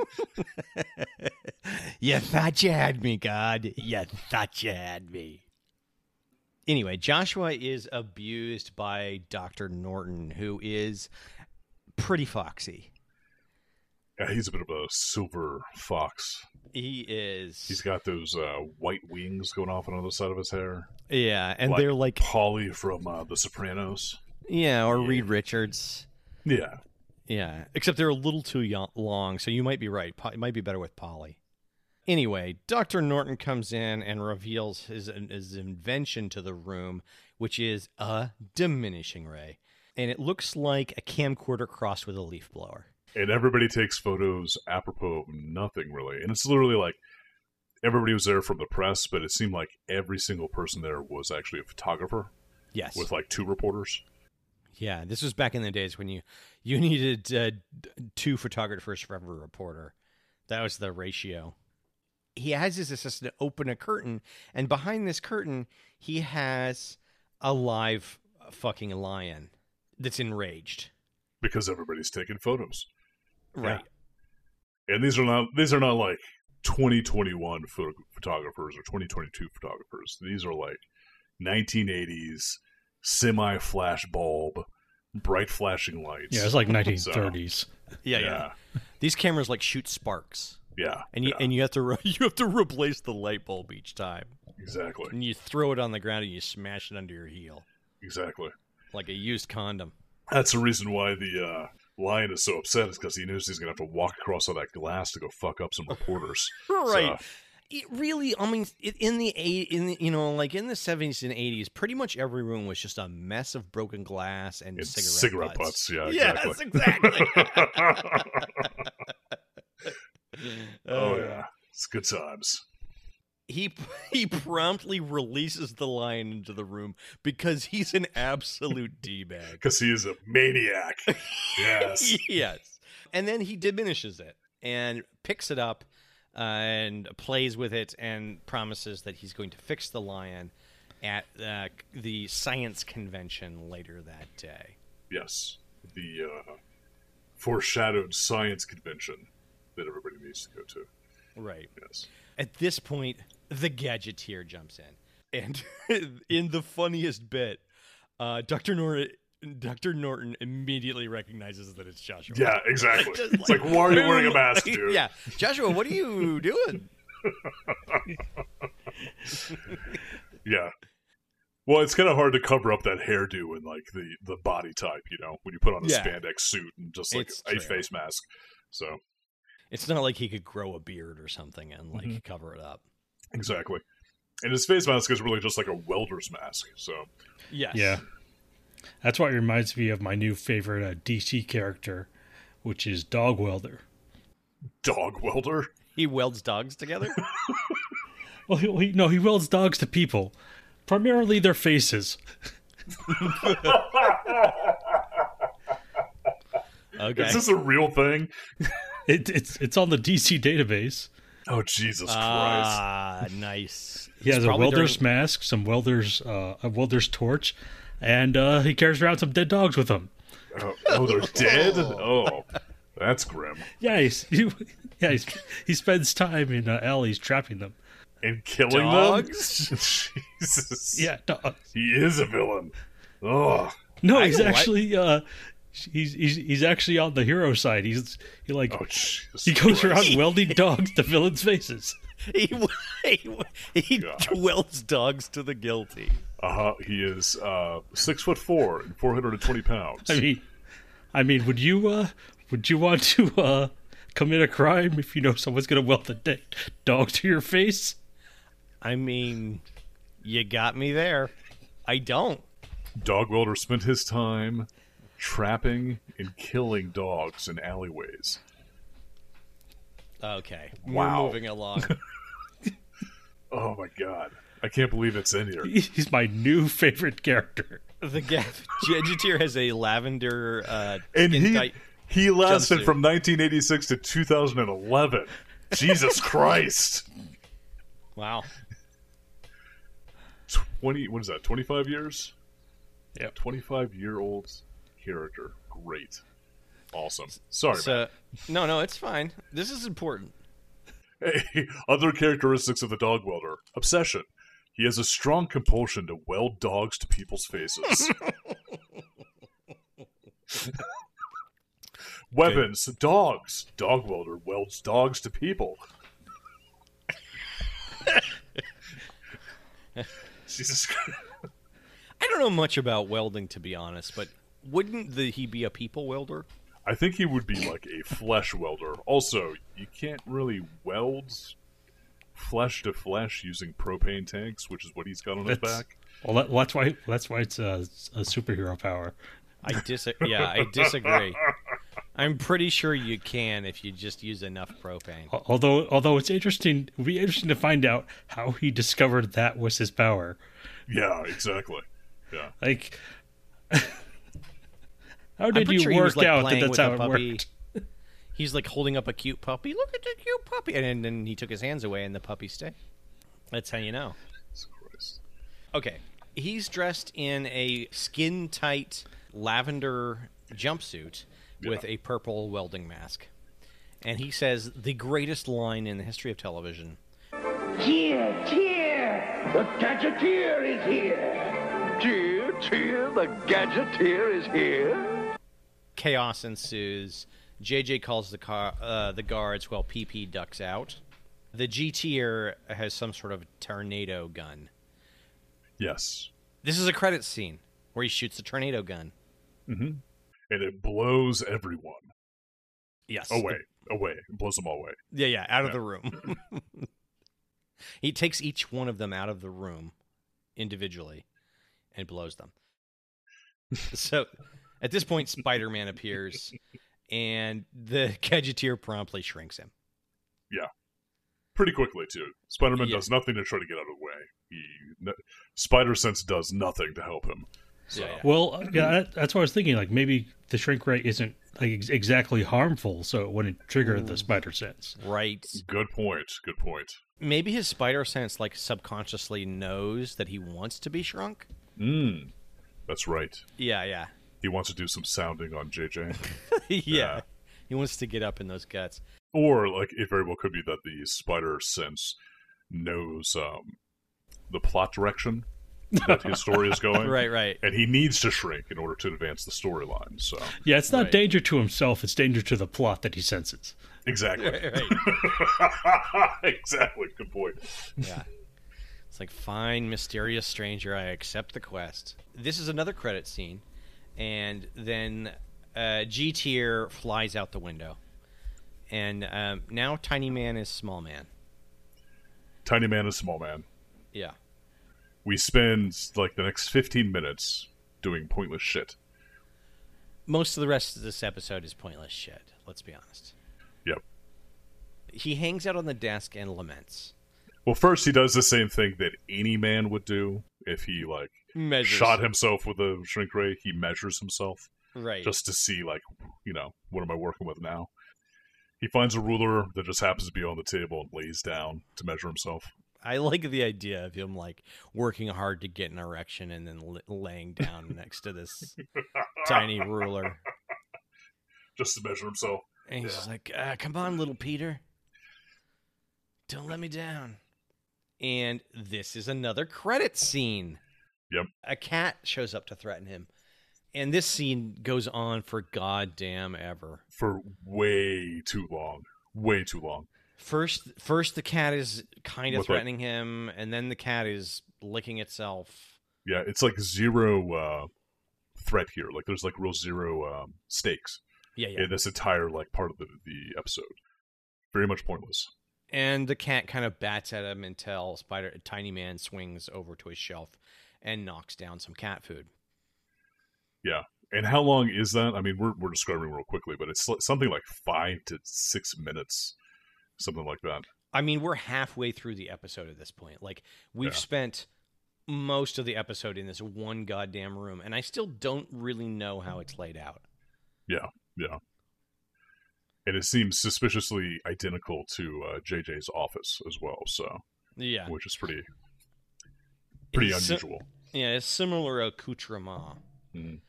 S2: (laughs) yeah. You thought you had me, God. You thought you had me. Anyway, Joshua is abused by Doctor Norton, who is pretty foxy.
S1: Yeah, he's a bit of a silver fox.
S2: He is,
S1: He's got those uh, white wings going off on the other side of his hair.
S2: yeah, and
S1: like-
S2: they're like,
S1: Polly from uh, The Sopranos.
S2: yeah, or Reed Richards.
S1: Yeah.
S2: Yeah, except they're a little too yo- long, so you might be right. Po- it might be better with Polly. Anyway, Dr. Norton comes in and reveals his, his invention to the room, which is a diminishing ray. And it looks like a camcorder crossed with a leaf blower.
S1: And everybody takes photos apropos of nothing, really. And it's literally like everybody was there from the press, but it seemed like every single person there was actually a photographer
S2: Yes.
S1: with like two reporters.
S2: yeah, this was back in the days when you, you (laughs) needed uh, d- two photographers for every reporter. That was the ratio. He has his assistant open a curtain, and behind this curtain, he has a live uh, fucking lion that's enraged.
S1: because everybody's taking photos.
S2: Right.
S1: And these are not these are not like 2021 photo- photographers or 2022 photographers. These are like 1980s semi flash bulb, bright flashing lights.
S2: (laughs)
S3: Yeah, it's like 1930s.
S2: Yeah. yeah,
S1: yeah,
S2: These cameras like shoot sparks,
S1: yeah,
S2: and you
S1: yeah,
S2: and you have to re- (laughs) you have to replace the light bulb each time,
S1: exactly,
S2: and you throw it on the ground and you smash it under your heel
S1: exactly.
S2: like a used condom.
S1: That's the reason why the uh, lion is so upset is because he knows he's gonna have to walk across all that glass to go fuck up some (laughs) reporters.
S2: Right.
S1: So,
S2: It really, I mean, it, in the eight, in the, you know, like in the seventies and eighties, pretty much every room was just a mess of broken glass and,
S1: and
S2: cigarette,
S1: cigarette
S2: butts.
S1: butts. Yeah,
S2: (laughs) Yes, exactly.
S1: (laughs)
S2: (laughs)
S1: exactly. oh
S2: Uh,
S1: yeah, it's good times.
S2: He he promptly releases the lion into the room because he's an absolute d bag.
S1: because he is a (laughs) maniac. Yes.
S2: (laughs) yes. And then he diminishes it and picks it up uh, and plays with it and promises that he's going to fix the lion at uh, the science convention later that day.
S1: yes. The uh, foreshadowed science convention that everybody needs to go to.
S2: Right.
S1: Yes.
S2: At this point, the gadgeteer jumps in, and (laughs) in the funniest bit, uh, Doctor Norton, Doctor Norton immediately recognizes that it's Joshua. (laughs)
S1: Yeah, exactly.
S2: Just
S1: it's (laughs) like, why are you wearing a
S2: boom. (laughs)
S1: mask, dude?
S2: yeah, Joshua, what are you doing?
S1: Yeah. Well, it's kind of hard to cover up that hairdo and like the the body type, you know, when you put on a
S2: Yeah.
S1: spandex suit and just like
S2: It's
S1: a
S2: true.
S1: face mask. So
S2: It's not like he could grow a beard or something and like
S1: Mhm.
S2: cover it up.
S1: exactly, and his face mask is really just like a welder's mask. So
S2: Yes.
S3: Yeah. That's why it reminds me of my new favorite uh, DC character, which is Dog Welder.
S1: dog welder.
S2: He welds dogs together.
S3: Well, he, he, no, he welds dogs to people, primarily their faces.
S2: (laughs) Okay.
S1: Is this a real thing?
S3: It, it's it's on the DC database.
S1: Oh Jesus Christ!
S2: Ah, nice.
S3: He
S2: It's
S3: has a
S2: probably
S3: welder's
S2: during-
S3: mask, some welder's uh, a welder's torch, and uh, he carries around some dead dogs with him.
S1: Oh, oh, they're dead. Oh, that's grim.
S3: Yeah, he's, he, (laughs) yeah, he's, he spends time in uh, alleys trapping them.
S1: And killing
S2: Dogs?
S1: them. (laughs) Jesus.
S3: Yeah, dogs.
S1: he is a villain. Oh,
S3: No, he's
S2: don't like-
S3: actually uh, he's, he's he's actually on the hero side. He's he like
S1: oh, Jesus
S3: he goes
S1: Christ.
S3: around welding dogs to villains' faces.
S2: (laughs) He, he, he
S1: God.
S2: welds dogs to the guilty.
S1: Uh-huh. He is uh, six foot four and four hundred and twenty pounds.
S3: I mean, I mean, would you uh, would you want to uh, commit a crime if you know someone's gonna weld a dead dog to your face?
S2: I mean, you got me there. I don't.
S1: Dog Welder spent his time trapping and killing dogs in alleyways.
S2: Okay.
S1: Wow.
S2: We're moving
S3: (laughs)
S2: along.
S1: Oh my god. I can't believe it's in here.
S3: (laughs) He's my new favorite character.
S2: the gaff Jegeteer has a lavender uh
S1: And
S2: skin
S1: he
S2: tight-
S1: he lasted
S2: Jumpsuit.
S1: from 1986 to 2011. Jesus (laughs) Christ.
S2: Wow.
S1: 20 what is that? 25 years?
S3: Yeah.
S1: 25 year old character. Great. Awesome. Sorry. man.
S2: So no, no, it's fine. This is important.
S1: Hey, (laughs) other characteristics of the dog welder obsession. He has a strong compulsion to weld dogs to people's faces. (laughs) Weapons, dogs. Dog welder welds dogs to people. Jesus Christ.
S2: I don't know much about welding to be honest, but wouldn't the, he be a people welder?
S1: I think he would be like a flesh welder. Also, you can't really weld flesh to flesh using propane tanks, which is what he's got on his
S3: That's-
S1: back.
S3: Well, that, well that's why that's why it's a, a superhero power.
S2: I dis yeah, I disagree. I'm pretty sure you can if you just use enough propane.
S3: Al- Although although it's interesting, it'd be interesting to find out how he discovered that was his power.
S1: Yeah, exactly. Yeah.
S3: Like, (laughs) how
S2: I'm
S3: did
S2: pretty
S3: you
S2: sure he was
S3: work
S2: like
S3: out that
S2: playing
S3: that's
S2: with a
S3: how it
S2: puppy.
S3: worked?
S2: He's like holding up a cute puppy. Look at the cute puppy, and then- then he took his hands away, and the puppy stayed. That's how you know.
S1: Jesus Christ.
S2: Okay. He's dressed in a skin tight lavender jumpsuit with a purple welding mask. And he says the greatest line in the history of television.
S5: Dear, dear,
S6: The Gadgeteer is here!
S5: dear, dear, the Gadgeteer is here.
S2: Chaos ensues. JJ calls the car uh, the guards while PP ducks out. The GTer has some sort of tornado gun.
S1: Yes.
S2: This is a credit scene where he shoots a tornado gun.
S1: Mm-hmm. And it blows everyone
S2: Yes.
S1: away. Away. It blows them all away.
S2: Yeah, Oh, yeah, out of the room. (laughs) he takes each one of them out of the room individually and blows them. (laughs) so at this point, Spider Man appears and the (laughs) Gadgeteer promptly shrinks him.
S1: Pretty quickly, too. Spider Man
S2: Yeah.
S1: does nothing to try to get out of the way. He, no, Spider Sense does nothing to help him.
S2: So, yeah,
S3: Well, yeah, that, that's what I was thinking. Like maybe the shrink ray isn't like ex- exactly harmful, so it wouldn't trigger
S2: Mm.
S3: the spider sense.
S2: Right.
S1: Good point. Good point.
S2: Maybe his spider sense, like, subconsciously knows that he wants to be shrunk.
S1: Mm. That's right.
S2: Yeah, yeah.
S1: He wants to do some sounding on JJ.
S2: (laughs) yeah. He wants to get up in those guts.
S1: Or like it very well could be that the spider sense knows um, the plot direction that his story is going.
S2: Right, right. (laughs)
S1: And he needs to shrink in order to advance the storyline. So
S3: Yeah, it's not
S2: Right.
S3: danger to himself, it's danger to the plot that he senses.
S1: exactly,
S2: Right.
S1: (laughs) exactly. Good point.
S2: Yeah. It's like, fine, mysterious stranger, I accept the quest. This is another credit scene. And then uh, G tier flies out the window. And um, now Tiny Man is Small Man.
S1: Tiny man and small man.
S2: Yeah.
S1: We spend like the next fifteen minutes doing pointless shit.
S2: Most of the rest of this episode is pointless shit, let's be honest.
S1: Yep.
S2: He hangs out on the desk and laments.
S1: Well, first he does the same thing that any man would do if he like
S2: Measures.
S1: shot himself with a shrink ray. He measures himself
S2: Right.
S1: just to see like you know what am I working with now. He finds a ruler that just happens to be on the table and lays down to measure himself.
S2: I like the idea of him like working hard to get an erection and then l- laying down next to this tiny ruler.
S1: Just to measure himself.
S2: And he's just like, uh, come on, little Peter. Don't let me down. And this is another credit scene.
S1: Yep.
S2: A cat shows up to threaten him. And this scene goes on for goddamn ever.
S1: for way too long. Way too long.
S2: First first the cat is kind of
S1: With, like-
S2: threatening him, and then the cat is licking itself.
S1: Yeah, it's like zero uh, threat here. Like there's like real zero um, stakes
S2: Yeah, yeah.
S1: in this entire like part of the, the episode. Very much pointless.
S2: and the cat kind of bats at him until spider tiny man swings over to his shelf and knocks down some cat food
S1: And how long is that? I mean, we're we're describing real quickly, but it's li- something like five to six minutes, something like that.
S2: i mean we're halfway through the episode at this point like we've
S1: Yeah.
S2: spent most of the episode in this one goddamn room and i still don't really know how it's laid out
S1: Yeah, yeah. And it seems suspiciously identical to uh, JJ's office as well, so
S2: yeah
S1: which is pretty pretty
S2: It's si-
S1: unusual.
S2: yeah it's similar accoutrement
S1: Mhm.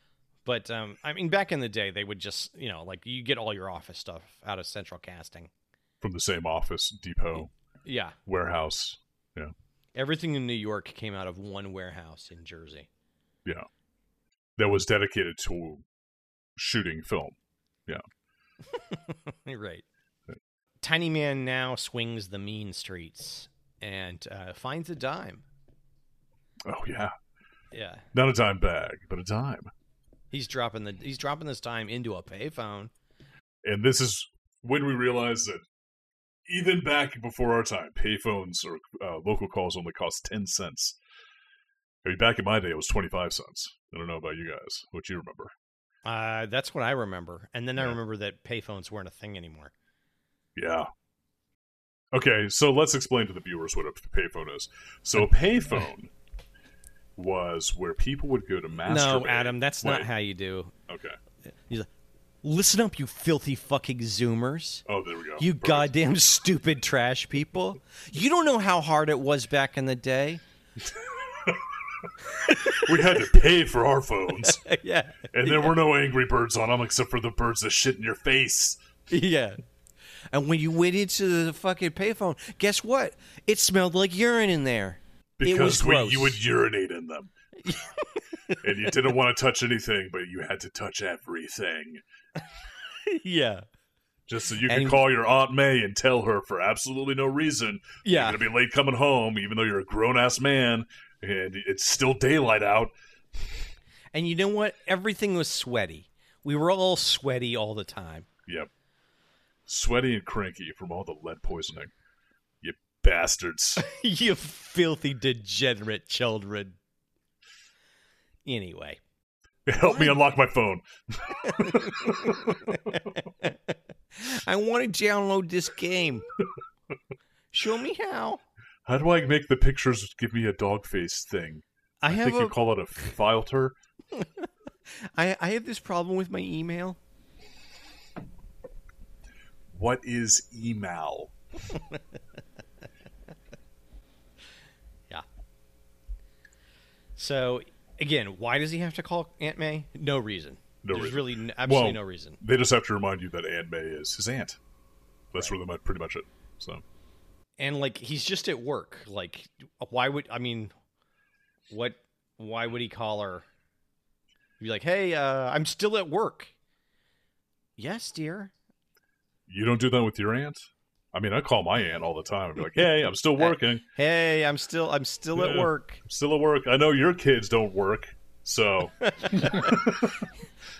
S2: but um i mean back in the day they would just you know like you get all your office stuff out of central casting
S1: from the same office, depot,
S2: yeah
S1: warehouse.
S2: everything in new york came out of one warehouse in jersey
S1: Yeah. That was dedicated to shooting film.
S2: You're right. Tiny Man now swings the mean streets and uh, finds a dime.
S1: Oh yeah.
S2: Yeah,
S1: Not a dime bag, but a dime.
S2: he's dropping the he's dropping this dime into a payphone.
S1: And this is when we realized that even back before our time, payphones or uh, local calls only cost 10 cents. I mean, back in my day, it was 25 cents. I don't know about you guys, what you remember.
S2: Uh, that's what I remember. And then I
S1: Yeah.
S2: remember that payphones weren't a thing anymore.
S1: Yeah. Okay, so let's explain to the viewers what a payphone is. So a payphone was where people would go to masturbate.
S2: No, Adam, that's not
S1: Wait,
S2: how you do.
S1: Okay.
S2: Listen up, you filthy fucking zoomers.
S1: Oh, there we go.
S2: You
S1: Perfect.
S2: goddamn (laughs) stupid trash people. You don't know how hard it was back in the day.
S1: We had to pay for our
S2: (laughs)
S1: phones,
S2: yeah.
S1: and there were no Angry Birds on them except for the birds that shit in your face.
S2: (laughs) Yeah. And when you went into the fucking payphone, guess what? It smelled like urine in there.
S1: Because
S2: it was
S1: we,
S2: gross.
S1: you would urinate in them. and you didn't want to touch anything, but you had to touch everything.
S2: (laughs) yeah.
S1: Just so you could
S2: And-
S1: call your Aunt May and tell her for absolutely no reason
S2: Yeah.
S1: You're gonna be late coming home, even though you're a grown ass man, and it's still daylight out.
S2: And you know what? Everything was sweaty. We were all sweaty all the time.
S1: Yep. Sweaty and cranky from all the lead poisoning. You
S2: (laughs)
S1: bastards.
S2: (laughs) you filthy degenerate children. Anyway.
S1: Help me unlock my phone.
S2: I want to download this (laughs) game. Show me how.
S1: How do I make the pictures give me a dog face thing?
S2: I
S1: I
S2: have
S1: think
S2: a,
S1: you call it a filter.
S2: I, I have this problem with my email.
S1: What is email?
S2: So again, why does he have to call Aunt May? No reason.
S1: No
S2: There's
S1: reason.
S2: really n- absolutely
S1: Well,
S2: no reason.
S1: They just have to remind you that Aunt May is his aunt. That's really mu- pretty much it. So
S2: And like he's just at work. Like why would I mean what why would he call her? Be like, "Hey, uh, I'm still at work." Yes, dear.
S1: you don't do that with your aunt. I mean, I call my aunt all the time. I'm like, hey, I'm
S2: (laughs)
S1: still working.
S2: Hey, I'm still I'm still at
S1: Yeah.
S2: work.
S1: I'm still at work. I know your kids don't work,
S2: (laughs)
S1: so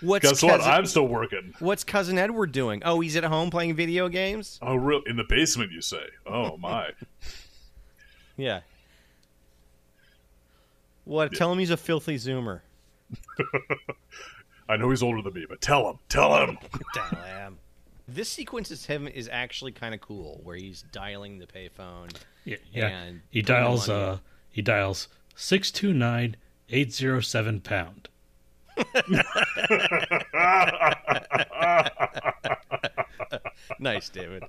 S2: What's
S1: guess what?
S2: cousin,
S1: I'm still working.
S2: what's cousin Edward doing? Oh, he's at home playing video games?
S1: Oh, real in the basement, you say?
S2: (laughs)
S1: Oh my.
S2: Yeah. What? Tell him he's a filthy zoomer.
S1: I know he's older than me, but tell him, tell him.
S2: Damn. This sequence is him is actually kind of cool, where he's dialing the payphone.
S3: Yeah, yeah.
S2: And
S3: he
S2: put them
S3: dials.
S2: on-
S3: Uh, he dials six two nine eight zero seven pound.
S2: Nice, David.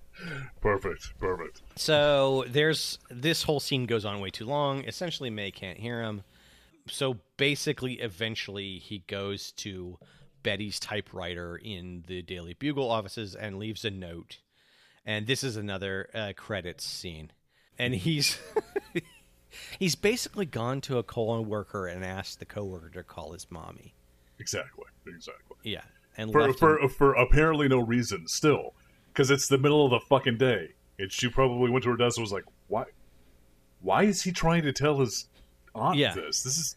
S1: Perfect, perfect.
S2: So there's this whole scene goes on way too long. Essentially, May can't hear him. So basically, eventually, he goes to Betty's typewriter in the Daily Bugle offices and leaves a note. And this is another uh, credits scene. And he's (laughs) he's basically gone to a coworker and asked the coworker to call his mommy.
S1: Exactly, exactly.
S2: Yeah, and
S1: for
S2: left
S1: for,
S2: him-
S1: for apparently no reason still because it's the middle of the fucking day and she probably went to her desk and was like why why is he trying to tell his aunt
S2: Yeah.
S1: this this is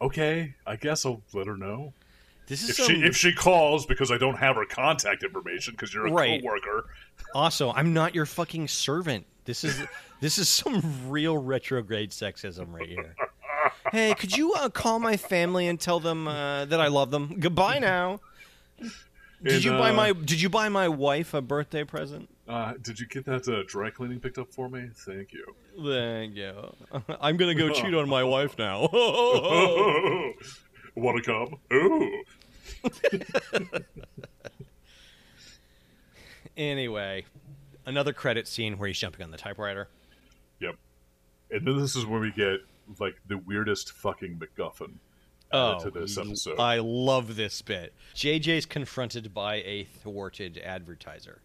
S1: okay i guess i'll let her know
S2: this is
S1: if
S2: some-
S1: she if she calls because i don't have her contact information because you're a
S2: Right.
S1: coworker
S2: Also, I'm not your fucking servant. This is this is some real retrograde sexism right here. Hey, could you uh, call my family and tell them uh, that I love them? Goodbye now. Did
S1: And,
S2: you buy
S1: uh,
S2: my Did you buy my wife a birthday present?
S1: uh, did you get that uh, dry cleaning picked up for me thank you
S2: Thank you. (laughs) I'm
S1: (laughs)
S2: gonna go cheat on my wife now. (laughs)
S1: oh want to come ooh
S2: anyway, another credit scene where he's jumping on the typewriter.
S1: yep and then this is where we get like the weirdest fucking macguffin
S2: Oh,
S1: to this
S2: l-
S1: episode.
S2: I love this bit. JJ's confronted by a thwarted advertiser.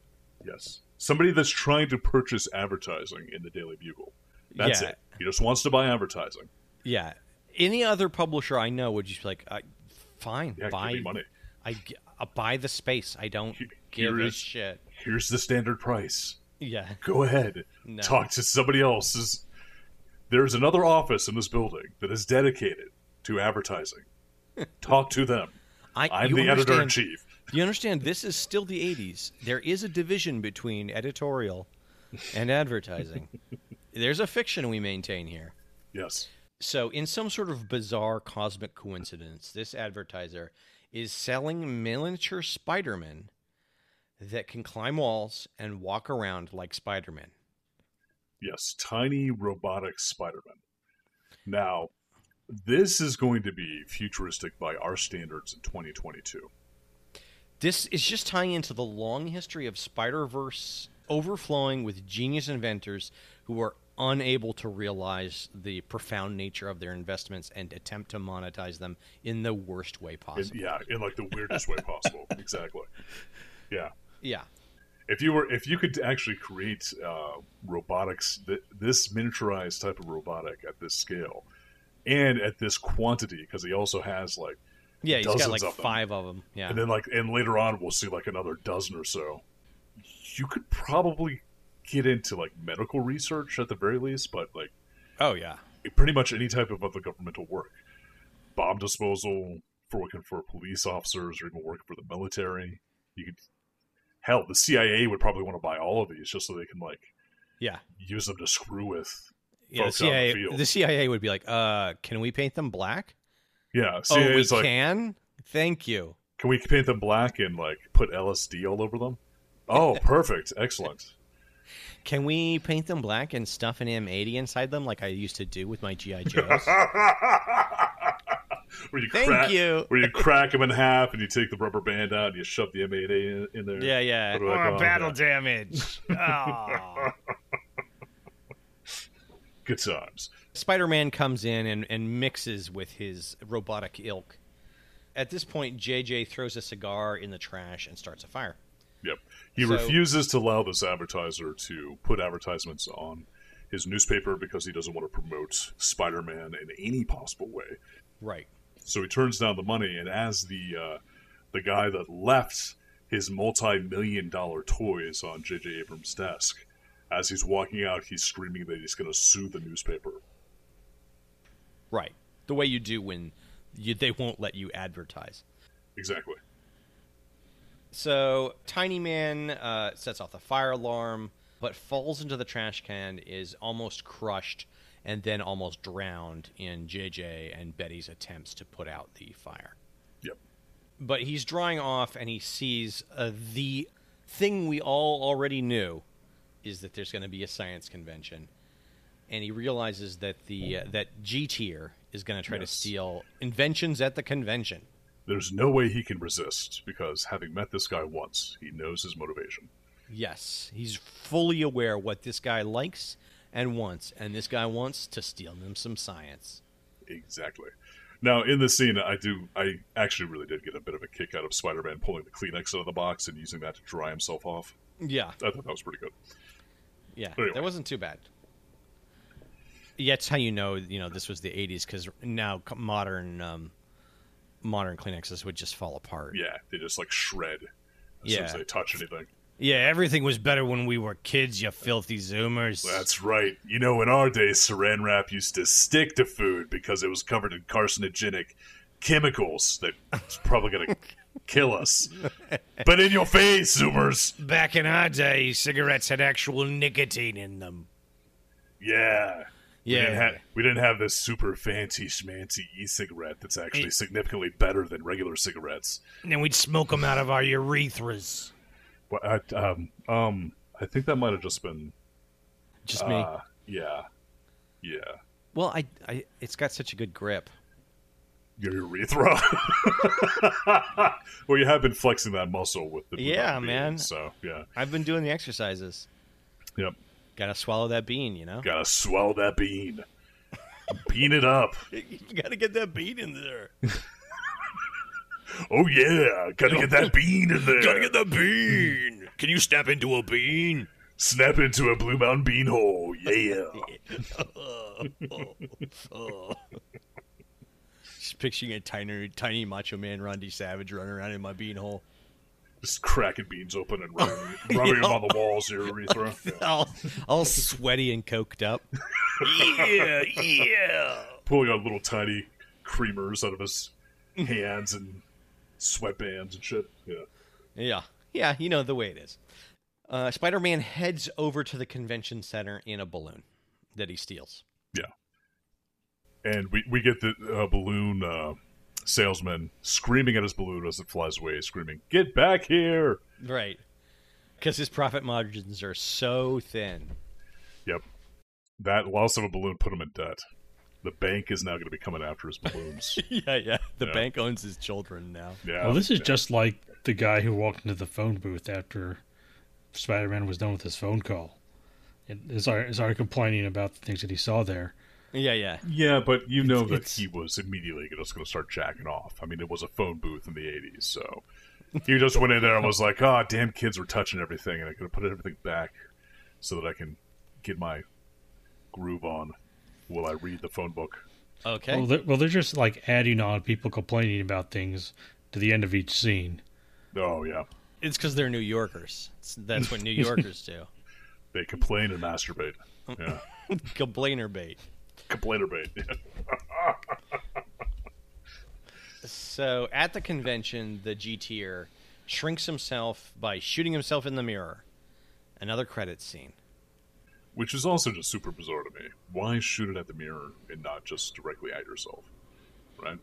S1: Yes. Somebody that's trying to purchase advertising in the Daily Bugle. That's
S2: Yeah.
S1: it. He just wants to buy advertising.
S2: Yeah. Any other publisher I know would just be like, I, fine,
S1: Yeah, give
S2: buy
S1: me money.
S2: I, g- uh, buy the space. I don't
S1: Here-
S2: give
S1: here
S2: a
S1: is-
S2: shit.
S1: Here's the standard price.
S2: Yeah.
S1: Go ahead.
S2: No.
S1: Talk to somebody else. This- There's another office in this building that is dedicated to
S2: (laughs)
S1: advertising. Talk to them.
S2: I,
S1: I'm
S2: you
S1: the editor in
S2: understand-
S1: chief.
S2: You understand? This is still the '80s. There is a division between editorial and
S1: (laughs)
S2: advertising. There's a fiction we maintain here.
S1: Yes.
S2: So, in some sort of bizarre cosmic coincidence, this advertiser is selling miniature Spider-Man that can climb walls and walk around like Spider-Man.
S1: Yes. Tiny robotic Spider Man. Now, this is going to be futuristic by our standards in 2022.
S2: This is just tying into the long history of Spider Verse overflowing with genius inventors who are unable to realize the profound nature of their investments and attempt to monetize them in the worst way
S1: In,
S2: possible.
S1: yeah, in like the weirdest way
S2: (laughs)
S1: possible. Exactly. Yeah.
S2: yeah.
S1: If you were, if you could actually create uh, robotics, th- this miniaturized type of robotic at this scale, and at this quantity, because he also has like,
S2: Yeah, he's got
S1: Dozens
S2: like
S1: of them.
S2: five of them. Yeah.
S1: and then like, and later on we'll see like another dozen or so. You could probably get into like medical research at the very least, but like
S2: oh, yeah.
S1: pretty much any type of other governmental work, bomb disposal, for working for police officers, or even working for the military. You could, hell, the CIA would probably want to buy all of these just so they can like
S2: Yeah.
S1: use them to screw with.
S2: Yeah, the,
S1: Folks out in the
S2: CIA,
S1: field.
S2: the CIA would be like, uh, can we paint them black?
S1: Yeah,
S2: oh, we
S1: CIA's like, can.
S2: can? Thank you.
S1: we paint them black and like put LSD all over them?
S2: (laughs)
S1: Oh, perfect, excellent. (laughs)
S2: Can we paint them black and stuff an M80 inside them like I used to do with my
S1: (laughs)
S2: G.I. Joes?
S1: Where you
S2: Thank
S1: crack,
S2: you.
S1: Where you crack them in half and you take the rubber band out and you shove the M8A in, in there.
S2: yeah, yeah.
S1: Put it back on. (laughs)
S2: damage.
S1: Good times.
S2: Spider Man comes in and, and mixes with his robotic ilk at this point, JJ throws a cigar in the trash and starts a fire.
S1: Yep. He
S2: So-
S1: refuses to allow this advertiser to put advertisements on his newspaper because he doesn't want to promote Spider Man in any possible way.
S2: Right.
S1: So he turns down the money, and as the uh, the guy that left his multi million dollar toys on J.J. Abrams' desk, as he's walking out, he's screaming that he's going to sue the newspaper.
S2: Right. The way you do when you, they won't let you advertise.
S1: Exactly.
S2: So Tiny Man uh, sets off the fire alarm, but falls into the trash can, is almost crushed, and then almost drowned in JJ and Betty's attempts to put out the fire.
S1: Yep.
S2: But he's drawing off and he sees uh, the thing we all already knew is that there's going to be a science convention. And he realizes that the uh, that G tier is going to try to
S1: Yes.
S2: steal inventions at the convention.
S1: There's no way he can resist because having met this guy once, he knows his motivation.
S2: Yes, he's fully aware what this guy likes and wants, and this guy wants to steal them some science.
S1: Exactly. Now, in this scene, I do, I actually really did get a bit of a kick out of Spider Man pulling the Kleenex out of the box and using that to dry himself off.
S2: Yeah,
S1: I thought that was pretty good.
S2: yeah,
S1: Anyway.
S2: that wasn't too bad. Yeah, it's how you know, you know, this was the '80s because now c- modern um, modern Kleenexes would just fall apart.
S1: Yeah, they just like shred as soon as
S2: Yeah.
S1: they touch anything.
S2: yeah, everything was better when we were kids, you filthy zoomers.
S1: That's right. You know, in our days, saran wrap used to stick to food because it was covered in carcinogenic chemicals that was probably going to kill us. But in your face, Zoomers!
S2: Back in our day, cigarettes had actual nicotine in them.
S1: Yeah. We
S2: Yeah,
S1: didn't, ha- we didn't have this super fancy schmancy e cigarette that's actually significantly better than regular cigarettes.
S2: and then we'd smoke them out of our urethras.
S1: Well, I, um, um, I think that might have just been.
S2: Just me.
S1: Uh, yeah. Yeah.
S2: Well, I, I, it's got such a good grip.
S1: Your urethra. (laughs) well, you have been flexing that muscle with the with
S2: Yeah,
S1: that beard,
S2: man.
S1: So yeah,
S2: I've been doing the exercises.
S1: yep.
S2: Got to swallow that bean, you know.
S1: Gotta swell that bean. bean it up.
S2: (laughs) You got to get that bean in there.
S1: Oh yeah, gotta
S2: (laughs)
S1: get that bean in there.
S2: the bean. Can you snap into a bean?
S1: Snap into a Blue Mountain bean hole.
S2: (laughs)
S1: Yeah.
S2: Just picturing a tiny, tiny macho man, Randy Savage, running around in my bean hole.
S1: Just cracking beans open and
S2: (laughs)
S1: rubbing, rubbing them on the walls of your urethra. Yeah.
S2: All, all sweaty and coked up.
S1: Pulling out little tiny creamers out of his
S2: Mm.
S1: hands and sweatbands and shit. Yeah.
S2: Yeah. Yeah, you know the way it is. Uh, Spider Man heads over to the convention center in a balloon that he steals.
S1: and we, we get the uh, balloon uh, salesman screaming at his balloon as it flies away, screaming, "Get back here!"
S2: Right. Because his profit margins are so thin.
S1: Yep, that loss of a balloon put him in debt. The bank is now going to be coming after his
S3: (laughs)
S1: balloons.
S2: (laughs) Yeah, yeah. The
S1: Yeah.
S2: bank owns his children now.
S1: yeah,
S3: Well, this is just like the guy who walked into the phone booth after Spider Man was done with his phone call. And is already is already complaining about the things that he saw there.
S2: Yeah, yeah.
S1: yeah, but you know that
S3: it's-
S1: he was immediately just going to start jacking off. I mean, it was a phone booth in the '80s, so he just went in there and was like, "Ah, damn, kids were touching everything, and I'm going to put everything back so that I can get my groove on." Will I read the phone book?
S2: Okay.
S3: Well, they're, well, they're just like adding on people complaining about things to the end of each scene.
S1: Oh yeah.
S2: it's because they're New Yorkers. It's- that's (laughs) what New Yorkers do.
S1: They complain and masturbate. Yeah.
S2: Complainer bait.
S1: Complainer bait.
S2: So at the convention, the G tier shrinks himself by shooting himself in the mirror. Another credit scene.
S1: Which is also just super bizarre to me. Why shoot it at the mirror and not just directly at yourself? Right?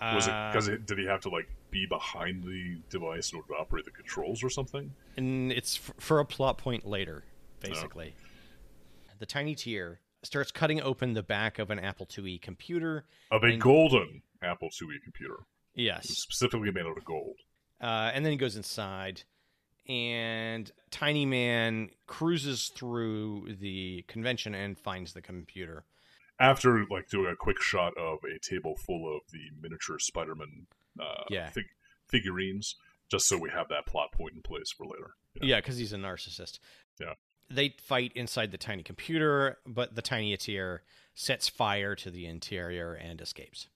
S1: Was it
S2: Uh,
S1: because it, did he have to like be behind the device in order to operate the controls or something?
S2: And it's f- for a plot point later, basically.
S1: Oh.
S2: The tiny tier starts cutting open the back of an Apple IIe computer.
S1: Of a
S2: And-
S1: golden Apple IIe computer,
S2: Yes.
S1: specifically made out of gold.
S2: uh, and then he goes inside and tiny man cruises through the convention and finds the computer
S1: After like doing a quick shot of a table full of the miniature Spider-Man uh,
S2: Yeah.
S1: fig- figurines, just so we have that plot point in place for later. you know?
S2: Yeah, because he's a narcissist.
S1: Yeah.
S2: They fight inside the tiny computer, but the tiny Atir sets fire to the interior and escapes.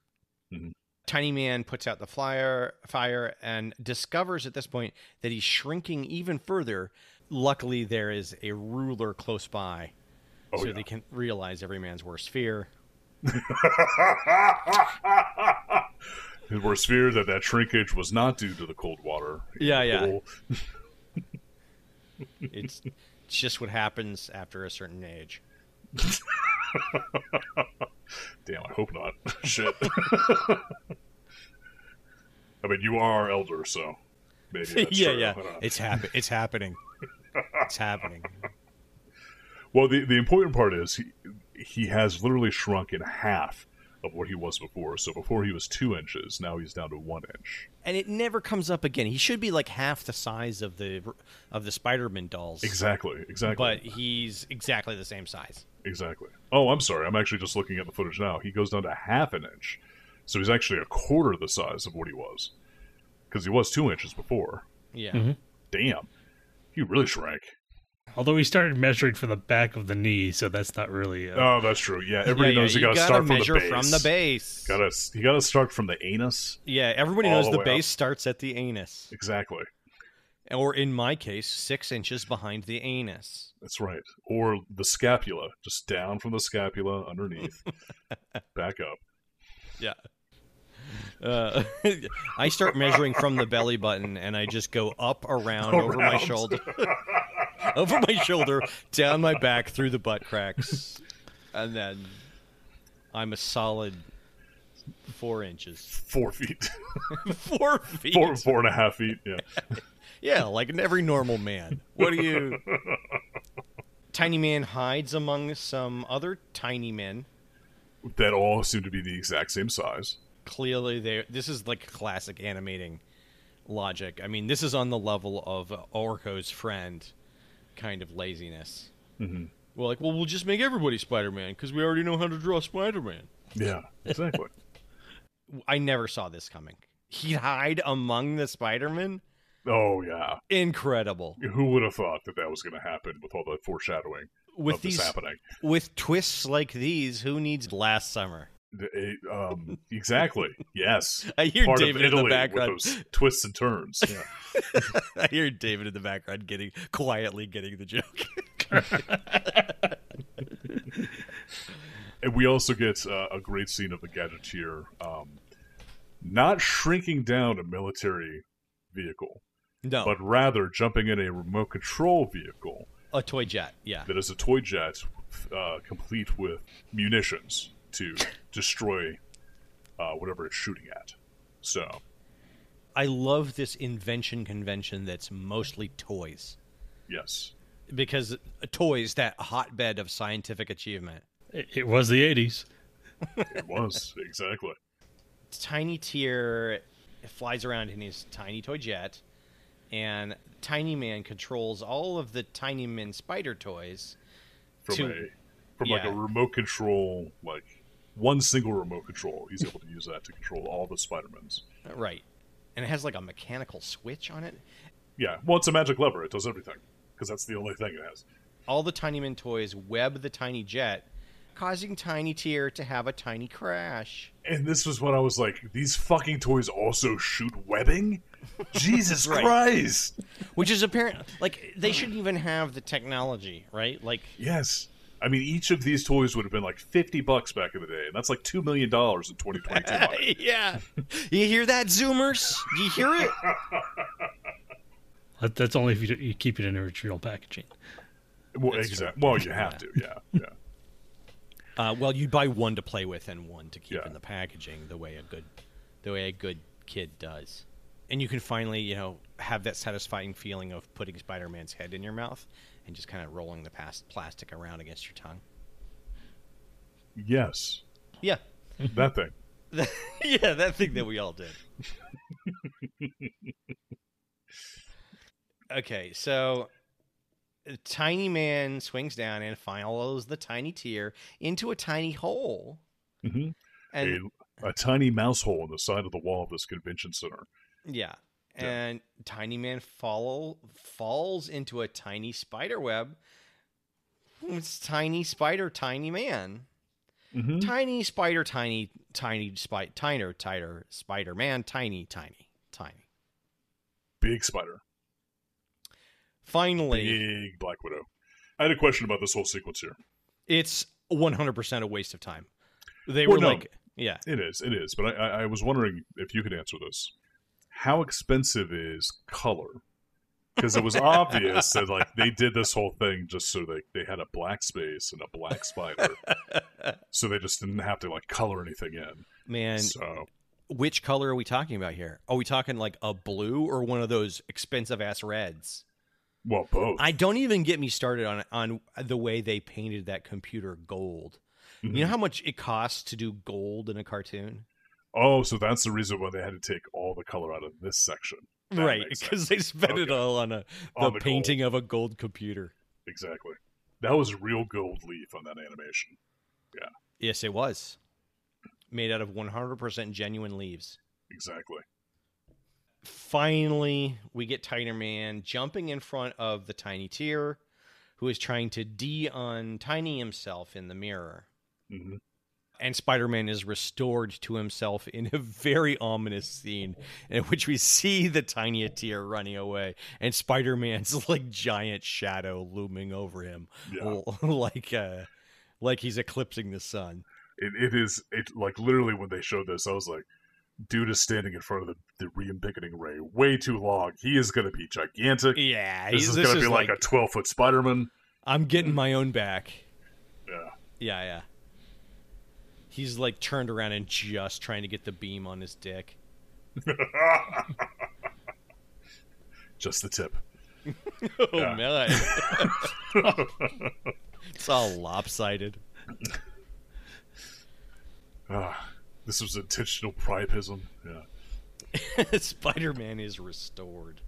S1: Mhm.
S2: Tiny Man puts out the flyer fire and discovers at this point that he's shrinking even further. Luckily, there is a ruler close by,
S1: Oh,
S2: so
S1: yeah.
S2: they can realize every man's worst fear.
S1: His worst fear that that shrinkage was not due to the cold water.
S2: Yeah, yeah.
S1: Well, (laughs)
S2: It's it's just what happens after a certain age.
S1: Damn, I hope not. (laughs) Shit. I mean, you are elder, so
S2: (laughs)
S1: maybe that's
S2: yeah,
S1: true.
S2: yeah.
S1: I don't know.
S2: It's happen.
S1: (laughs)
S2: It's happening. It's happening.
S1: Well, the, the important part is he, he has literally shrunk in half of what he was before. So before he was two inches, now he's down to one inch.
S2: and it never comes up again. He should be like half the size of the of the Spider-Man dolls,
S1: Exactly, exactly,
S2: but he's exactly the same size.
S1: exactly. Oh, I'm sorry. I'm actually just looking at the footage now. He goes down to half an inch, so he's actually a quarter the size of what he was, because he was two inches before.
S2: Yeah,
S1: Damn, he really shrank.
S3: Although he started measuring from the back of the knee, so that's not really. Uh,
S1: Oh, that's true. Yeah, everybody
S2: yeah,
S1: knows
S2: yeah,
S1: you,
S2: you
S1: gotta, start from the
S2: measure
S1: base.
S2: from the base.
S1: Gotta you gotta start from the anus.
S2: yeah, everybody
S1: all
S2: knows
S1: the
S2: the
S1: way
S2: base
S1: up.
S2: starts at the anus,
S1: Exactly.
S2: or in my case, six inches behind the anus.
S1: That's right. Or the scapula, just down from the scapula
S2: (laughs)
S1: underneath, back up.
S2: Yeah. Uh, (laughs) I start measuring from the belly button, and I just go up, around, over my
S1: Around.
S2: shoulder, (laughs) over my shoulder, down my back, through the butt cracks, and then I'm a solid four inches, (laughs)
S1: Four feet,
S2: four feet.
S1: four four and a half feet. Yeah,
S2: Yeah, like in every normal man. What do you? Tiny man hides among some other tiny men.
S1: that all seem to be the exact same size.
S2: clearly they this is like classic animating logic. I mean, this is on the level of Orko's friend kind of laziness. Mm-hmm. Well, like, well, we'll just make everybody Spider-Man because we already know how to draw Spider-Man.
S1: Yeah,
S2: (laughs)
S1: exactly.
S2: I never saw this coming. He'd hide among the Spider-Man.
S1: oh yeah,
S2: Incredible
S1: who would have thought that that was going to happen with all the foreshadowing
S2: with
S1: of this
S2: these
S1: happening?
S2: with twists like these. Who needs last summer?
S1: The- eh, um, exactly.
S2: (laughs)
S1: Yes.
S2: I hear
S1: Part
S2: David
S1: of
S2: in
S1: Italy
S2: the background.
S1: with those twists and turns. Yeah.
S2: (laughs) I hear David in the background getting quietly getting the joke.
S1: And we also get uh, a great scene of the gadgeteer um, not shrinking down a military vehicle,
S2: No,
S1: but rather jumping in a remote control vehicle
S2: a toy jet. Yeah,
S1: that is a toy jet uh, complete with munitions to destroy uh, whatever it's shooting at. So,
S2: I love this invention convention that's mostly toys
S1: yes.
S2: because uh, toys that hotbed of scientific achievement.
S3: it, it was the 80s.
S1: It
S2: (laughs)
S1: was, exactly.
S2: Tiny Tier flies around in his tiny toy jet, and Tiny Man controls all of the Tiny Man spider toys.
S1: From
S2: To-
S1: a from like a
S2: yeah.
S1: remote control, like one single remote control, he's able to use that to control all the Spider-Mans.
S2: Uh, Right. And it has like a mechanical switch on it.
S1: Yeah, well, it's a magic lever. It does everything because that's the only thing it has.
S2: All the Tiny Man toys web the tiny jet, causing Tiny Tier to have a tiny crash.
S1: And this was what I was like: these fucking toys also shoot
S2: (laughs)
S1: webbing. Jesus
S2: Right.
S1: Christ!
S2: Which is apparent. Like, they shouldn't even have the technology, right? Like,
S1: Yes, I mean each of these toys would have been like fifty bucks back in the day, and that's like two million dollars in twenty twenty two
S2: (laughs)
S1: money.
S2: yeah. You hear that, Zoomers? You hear it?
S3: That, that's only if you, you keep it in original packaging.
S1: Well, exactly. Well, you have to. Yeah,
S2: (laughs)
S1: yeah.
S2: Uh, well, you buy one to play with and one to keep
S1: Yeah.
S2: in the packaging, the way a good, the way a good kid does. And you can finally, you know, have that satisfying feeling of putting Spider-Man's head in your mouth and just kind of rolling the past plastic around against your tongue.
S1: Yes,
S2: Yeah, Mm-hmm.
S1: that thing.
S2: (laughs) yeah, that thing that we all did. okay, so uh, Tiny Man swings down and follows the tiny tear into a tiny hole.
S1: Mhm.
S2: And
S1: a, a tiny mouse hole in the side of the wall of this convention center.
S2: Yeah. And Tiny Man follow falls into a tiny spider web. It's tiny spider, tiny man.
S1: Hmm.
S2: Tiny spider, tiny, tiny spider, tiner, tighter, spider man, tiny, tiny, tiny.
S1: Big spider,
S2: Finally,
S1: big Black Widow. I had a question about this whole sequence here.
S2: it's 100% a waste of time. They
S1: Well,
S2: were
S1: no.
S2: like, yeah.
S1: It is, it is. But I, I, I was wondering if you could answer this. How expensive is color? Because it was obvious that like they did this whole thing just so they they had a black space and a black spider, so they just didn't have to like color anything in.
S2: Man,
S1: so
S2: which color are we talking about here? Are we talking like a blue or one of those expensive ass reds?
S1: well, both.
S2: I don't even get me started on on the way they painted that computer gold.
S1: Mm-hmm.
S2: You know how much it costs to do gold in a cartoon?
S1: oh, so that's the reason why they had to take all the color out of this section. That
S2: right,
S1: makes sense.
S2: because they spent it
S1: Okay.
S2: all on a the,
S1: On the
S2: painting of a gold computer.
S1: Exactly. That was real gold leaf on that animation.
S2: Yes, it was made out of 100% genuine leaves.
S1: Exactly.
S2: Finally, we get Tiner Man jumping in front of the Tiny Tear, who is trying to de-untiny himself in the mirror.
S1: hmm
S2: and Spider-Man is restored to himself in a very ominous scene in which we see the tiny tear running away and Spider-Man's (laughs) like giant shadow looming over him
S1: Yeah.
S2: (laughs) like uh like he's eclipsing the sun.
S1: It, it is. It like literally when they showed this, I was like, "Dude is standing in front of the, the re-embickening ray way too long. He is going to be gigantic.
S2: Yeah,
S1: this
S2: he's-
S1: is going to be like, a twelve foot Spider-Man."
S2: I'm getting my own back.
S1: Yeah.
S2: Yeah, yeah. He's like turned around and just trying to get the beam on his dick. (laughs)
S1: Just the tip.
S2: Oh man.
S1: (laughs)
S2: it's all lopsided. (laughs)
S1: This was intentional priapism. Yeah.
S2: Spider Man is restored.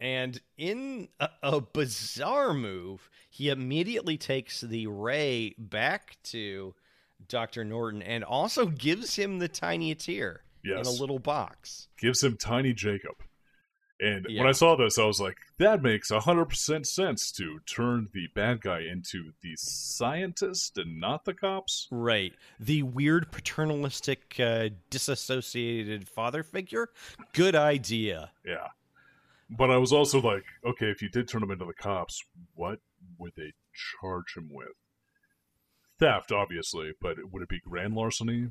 S2: And in a, a bizarre move, he immediately takes the ray back to Dr. Norton and also gives him the tiny tear in
S1: Yes.
S2: a little box.
S1: Gives him Tiny Jacob. And
S2: Yeah.
S1: when I saw this, I was like, "That makes hundred percent sense to turn the bad guy into the scientist and not the cops."
S2: Right. The weird paternalistic, uh, disassociated father figure. Good idea.
S1: Yeah. But I was also like, okay, if you did turn him into the cops, what would they charge him with? Theft, obviously, but would it be grand larceny?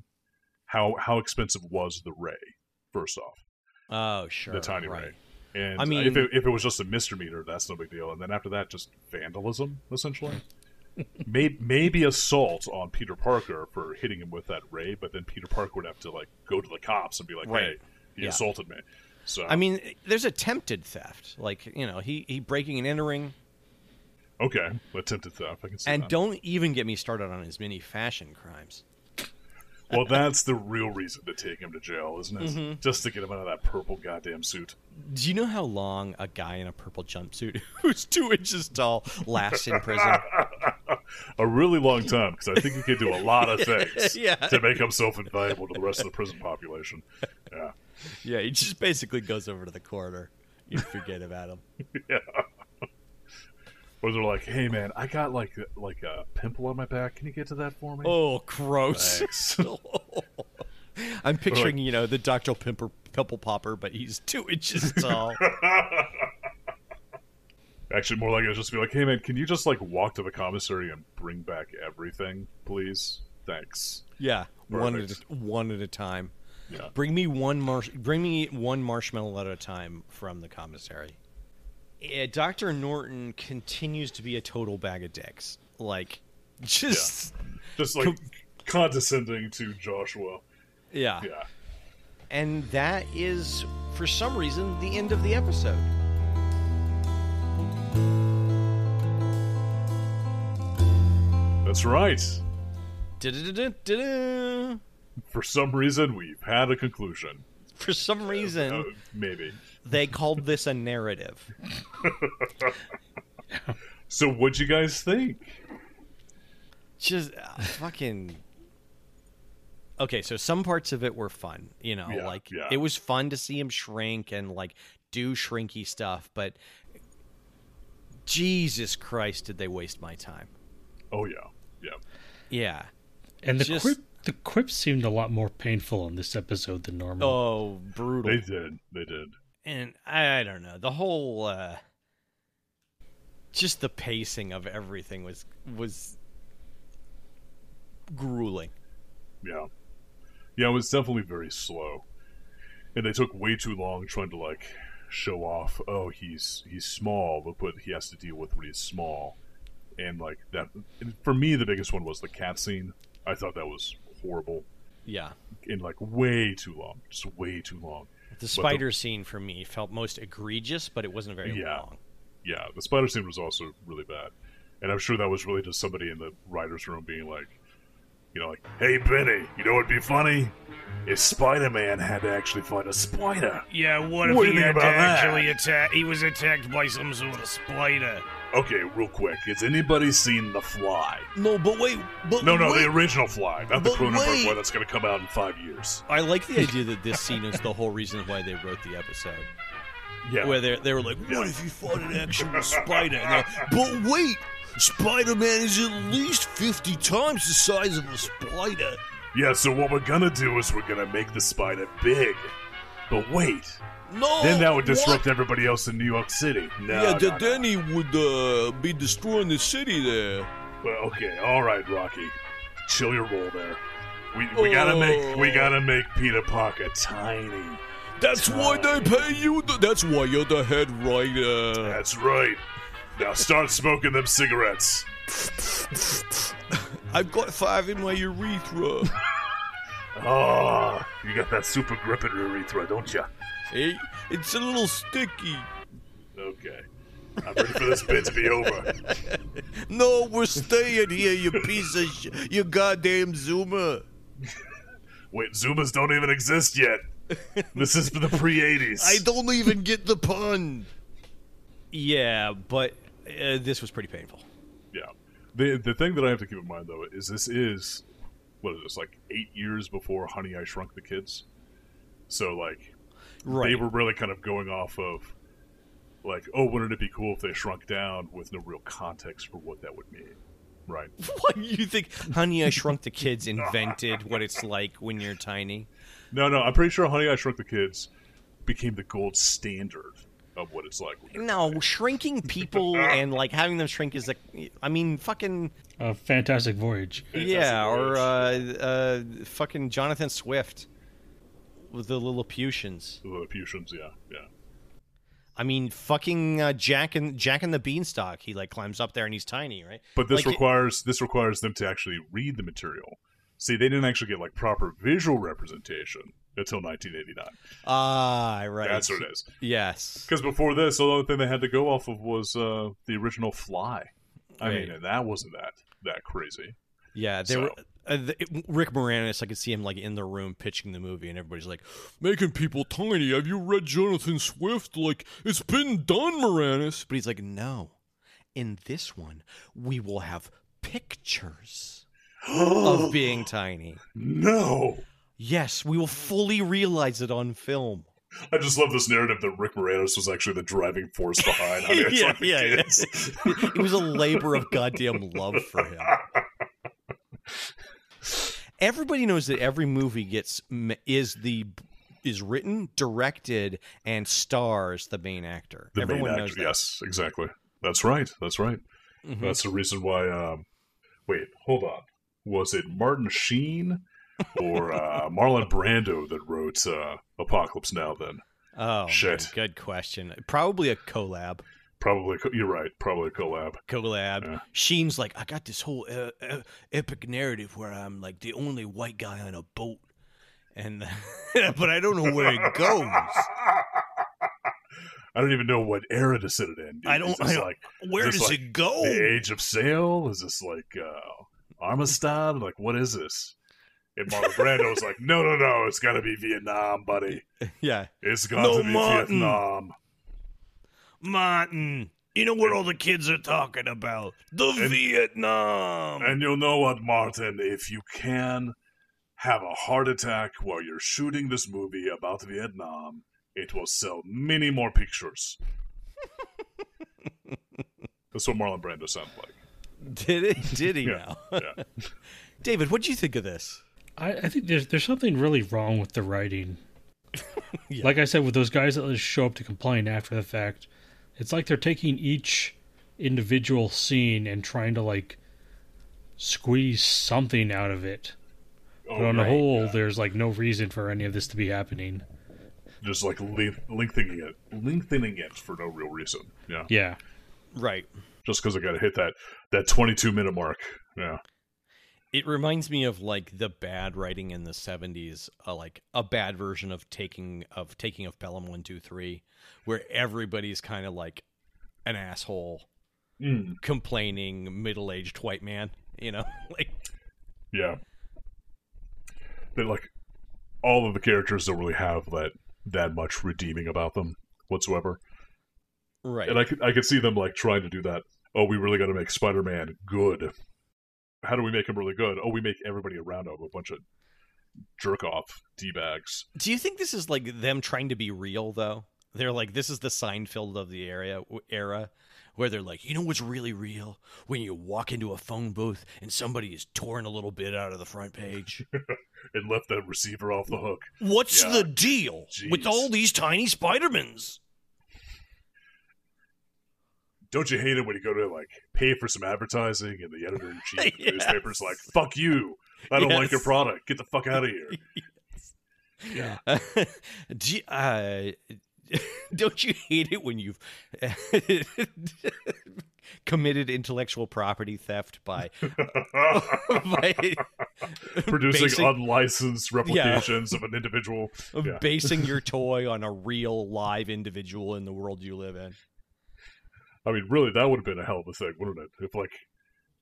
S1: How how expensive was the ray? First off,
S2: Oh, sure.
S1: the tiny
S2: right.
S1: ray, and
S2: I
S1: I
S2: mean-
S1: mean, if it, if it was just a misdemeanor, that's no big deal. And then after that, just vandalism,
S2: (laughs)
S1: essentially. maybe, maybe assault on Peter Parker for hitting him with that ray, but then Peter Parker would have to like go to the cops and be like,
S2: Right.
S1: "Hey, he
S2: Yeah.
S1: assaulted me." So
S2: I mean, there's attempted theft. Like, you know, he, he breaking and entering.
S1: Okay, attempted theft. I can see
S2: And
S1: that.
S2: don't even get me started on his many fashion crimes.
S1: well, that's the real reason to take him to jail, isn't it?
S2: Mm-hmm.
S1: Just to get him out of that purple goddamn suit.
S2: Do you know how long a guy in a purple jumpsuit (laughs) who's two inches tall lasts
S1: (laughs)
S2: in prison?
S1: A really long time, because I think he could do a lot
S2: (laughs)
S1: of things
S2: Yeah.
S1: to make himself invaluable to the rest of the prison population. Yeah,
S2: yeah, he just basically goes over to the corner. You forget about him.
S1: or they're like, "Hey, man, I got like like a pimple on my back. Can you get to that for me?"
S2: Oh, gross. (laughs)
S1: Thanks.
S2: I'm picturing, you know, the Dr. Pimper, Pimple Popper, but he's two inches (laughs) tall.
S1: Actually, more like it would just be like, "Hey, man, can you just like walk to the commissary and bring back everything, please? Thanks."
S2: Yeah, one at,
S1: Perfect.
S2: a, one at a time.
S1: Yeah.
S2: Bring me one marsh. Bring me one marshmallow at a time from the commissary. Eh, Doctor Norton continues to be a total bag of dicks. Like, just
S1: Just like condescending to Joshua.
S2: yeah.
S1: Yeah.
S2: And that is, for some reason, the end of the episode.
S1: That's right.
S2: Da-da-da-da-da.
S1: For some reason, we've had a conclusion.
S2: For some
S1: Uh,
S2: reason,
S1: maybe.
S2: they called this a narrative.
S1: So, what'd you guys think?
S2: Just uh, fucking okay, so some parts of it were fun, you know,
S1: Yeah,
S2: like
S1: yeah.
S2: it was fun to see him shrink and like do shrinky stuff, but Jesus Christ, did they waste my time?
S1: Oh yeah, yeah.
S2: Yeah.
S3: And the
S2: Just-
S3: quip the quip seemed a lot more painful in this episode than normal.
S2: Oh, brutal.
S1: They did. They did.
S2: and I, I don't know the whole uh just the pacing of everything was was grueling
S1: Yeah. Yeah, it was definitely very slow. And they took way too long trying to like show off, oh, he's he's small, look what he has to deal with when he's small. And like that and for me the biggest one was the cat scene. I thought that was horrible.
S2: yeah
S1: And like way too long. Just way too long.
S2: the spider scene for me felt most egregious but it wasn't very
S1: Yeah.
S2: long
S1: Yeah, the spider scene was also really bad. And I'm sure that was really just somebody in the writer's room being like, you know, like, hey, Benny, you know what'd be funny? If Spider Man had to actually fight a spider.
S7: Yeah, what if
S1: What do
S7: he
S1: you
S7: had
S1: think
S7: to
S1: about that?
S7: actually attack? He was attacked by some sort of spider.
S1: Okay, real quick, has anybody seen The Fly?
S2: no but wait but
S1: No, no, the original Fly, not the
S2: But
S1: Cronenberg
S2: wait.
S1: one that's going to come out in five years.
S8: I like the idea that this scene is the whole reason why they wrote the episode.
S1: Yeah,
S8: Where they they were like,
S1: Yeah.
S8: "What if you fought an actual spider?" And they're like, but wait, Spider Man is at least fifty times the size of a spider.
S1: yeah. So what we're gonna do is we're gonna make the spider big. But wait,
S8: No,
S2: Oh,
S1: then that would disrupt everybody else in New York City. No,
S8: yeah,
S1: no,
S8: then
S1: no.
S8: he would uh, be destroying the city there.
S1: Well, okay, all right, Rocky, chill your roll there. We, we gotta make we
S8: Oh.
S1: gotta make Peter Parker tiny.
S8: That's why they pay you. The, that's why you're the head writer.
S1: That's right. Now start (laughs) smoking them cigarettes.
S8: I've got five in
S7: (laughs)
S8: my urethra.
S1: Oh, you got that super grip in your urethra, don't ya?
S8: hey, it's a little sticky.
S1: Okay. I'm ready for this bit to be over.
S8: No, we're staying here, you piece of sh- you goddamn Zoomer.
S1: Wait, Zumas don't even exist yet. This is the pre 80s.
S8: I don't even get the pun.
S2: yeah but uh, this was pretty painful
S1: Yeah. The, the thing that I have to keep in mind, though, is this is, what is this, like eight years before Honey, I Shrunk the Kids? So, like, they
S2: right
S1: were really kind of going off of, like, oh, wouldn't it be cool if they shrunk down with no real context for what that would mean? Right.
S2: (laughs) what you think honey i shrunk the kids invented what it's like when you're tiny
S1: No, no, I'm pretty sure Honey, I Shrunk the Kids became the gold standard of what it's like. when you're
S2: No, shrinking people and like having them shrink is like, I mean, fucking
S1: Oh.
S3: A Uh, fantastic voyage.
S2: yeah, or uh,
S1: Voyage.
S2: uh, fucking Jonathan Swift with the Lilliputians.
S1: The Lilliputians, yeah, yeah.
S2: I mean, fucking uh, Jack and Jack and the Beanstalk. He like climbs up there and he's tiny, right?
S1: But this
S2: Like,
S1: requires this requires them to actually read the material. See, they didn't actually get like proper visual representation until 1989.
S2: Ah, right.
S1: That's what it is.
S2: Yes.
S1: Because before this, the only thing they had to go off of was uh, the original Fly. I mean,
S2: Right.
S1: and that wasn't that that crazy.
S2: Yeah, they
S1: So-
S2: were. Uh, the, it- Rick Moranis, I could see him like in the room pitching the movie, and everybody's like, "Making people tiny." Have you read Jonathan Swift? Like, it's been done, Moranis. But he's like, "No, in this one, we will have pictures
S1: Oh.
S2: of being tiny.
S1: No,
S2: Yes, we will fully realize it on film."
S1: I just love this narrative that Rick Moranis was actually the driving force
S2: (laughs)
S1: behind. Honey, I
S2: Yeah,
S1: Shrunk the
S2: yeah, yeah.
S1: (laughs)
S2: (laughs)
S1: Kids.
S2: It was a labor of goddamn love for him. Everybody knows that every movie gets m- is the is written, directed, and stars the main actor.
S1: the
S2: Everyone
S1: main
S2: knows
S1: actor.
S2: that. Mm-hmm.
S1: Yes, exactly. That's right. That's right. That's the reason why. Um, wait, hold on. Was it Martin Sheen or
S2: (laughs)
S1: uh, Marlon Brando that wrote uh, Apocalypse Now? Then
S2: Oh,
S1: Shit.
S2: man, good question. Probably a collab.
S1: probably co- you're right. Probably a collab.
S2: Collab.
S1: Yeah.
S2: Sheen's like, I got this whole uh, uh, epic narrative where I'm like the only white guy on a boat, and (laughs) but I don't know where
S1: (laughs)
S2: it goes.
S1: I don't even know what era to set it in. dude.
S2: I don't-
S1: Is this
S2: I don't- Oh.
S1: like
S2: Where
S1: Just
S2: does
S1: like
S2: it go?
S1: the Age of Sail? Is this like uh, Armistad? Like what is this? And Marlon Brando was like, "No, no, no! It's got to be Vietnam, buddy.
S2: Yeah.
S1: It's got
S7: No,
S1: to be
S7: Martin.
S1: Vietnam."
S7: Martin, you know what all the kids are talking about? The Vietnam.
S1: And you know what, Martin? If you can have a heart attack while you're shooting this movie about Vietnam. It will sell many more
S3: (laughs)
S1: pictures. That's what Marlon Brando sounds like.
S2: Did it? Did he
S1: Yeah.
S2: now?
S1: Yeah.
S2: David, what do you think of this?
S3: I, I think there's there's something really wrong with
S1: (laughs)
S3: the writing. Like I said, with those guys that just show up to complain after the fact, it's like they're taking each individual scene and trying to like squeeze something out of it.
S1: Oh,
S3: But on the
S1: right.
S3: whole, there's like no reason for any of this to be happening.
S1: Just like le- lengthening it, lengthening it for no real reason. Yeah.
S3: Yeah,
S2: Right.
S1: Just because I got to hit that that 22 minute mark. Yeah.
S2: It reminds me of like the bad writing in the '70s, uh, like a bad version of taking of taking of Pelham One Two Three, where everybody's kind of like an asshole,
S1: Mm.
S2: complaining, middle-aged white man. You know, (laughs) like
S1: Yeah. That like all of the characters don't really have that that much redeeming about them whatsoever.
S2: right.
S1: And I could I could see them like trying to do that. Oh, we really got to make Spider-Man good. How do we make him really good? Oh, we make everybody around him a bunch of jerk off d bags.
S2: Do you think this is like them trying to be real though? They're like this is the Seinfeld of the area era where they're like, "You know what's really real? When you walk into a phone booth and somebody is torn a little bit out of the
S1: (laughs)
S2: front page.
S1: and left that receiver off the hook.
S2: What's
S1: Yeah.
S2: the deal
S1: Jeez.
S2: with all these tiny Spidermans?"
S1: Don't you hate it when you go to like pay for some advertising and the editor in chief
S2: (laughs) Yes.
S1: newspaper's like, "Fuck you! I don't like your
S2: Yes.
S1: product. Get the fuck out of
S2: (laughs)
S1: here." (laughs)
S2: Yeah. (laughs) Do you, uh, don't you hate it when you've (laughs) committed intellectual property theft
S1: (laughs)
S2: by by
S1: Producing
S2: Basic-
S1: unlicensed replications of an individual.
S2: of
S1: Yeah.
S2: basing your toy on a real live individual in the world you live in.
S1: I mean, really, that would have been a hell of a thing, wouldn't it? If like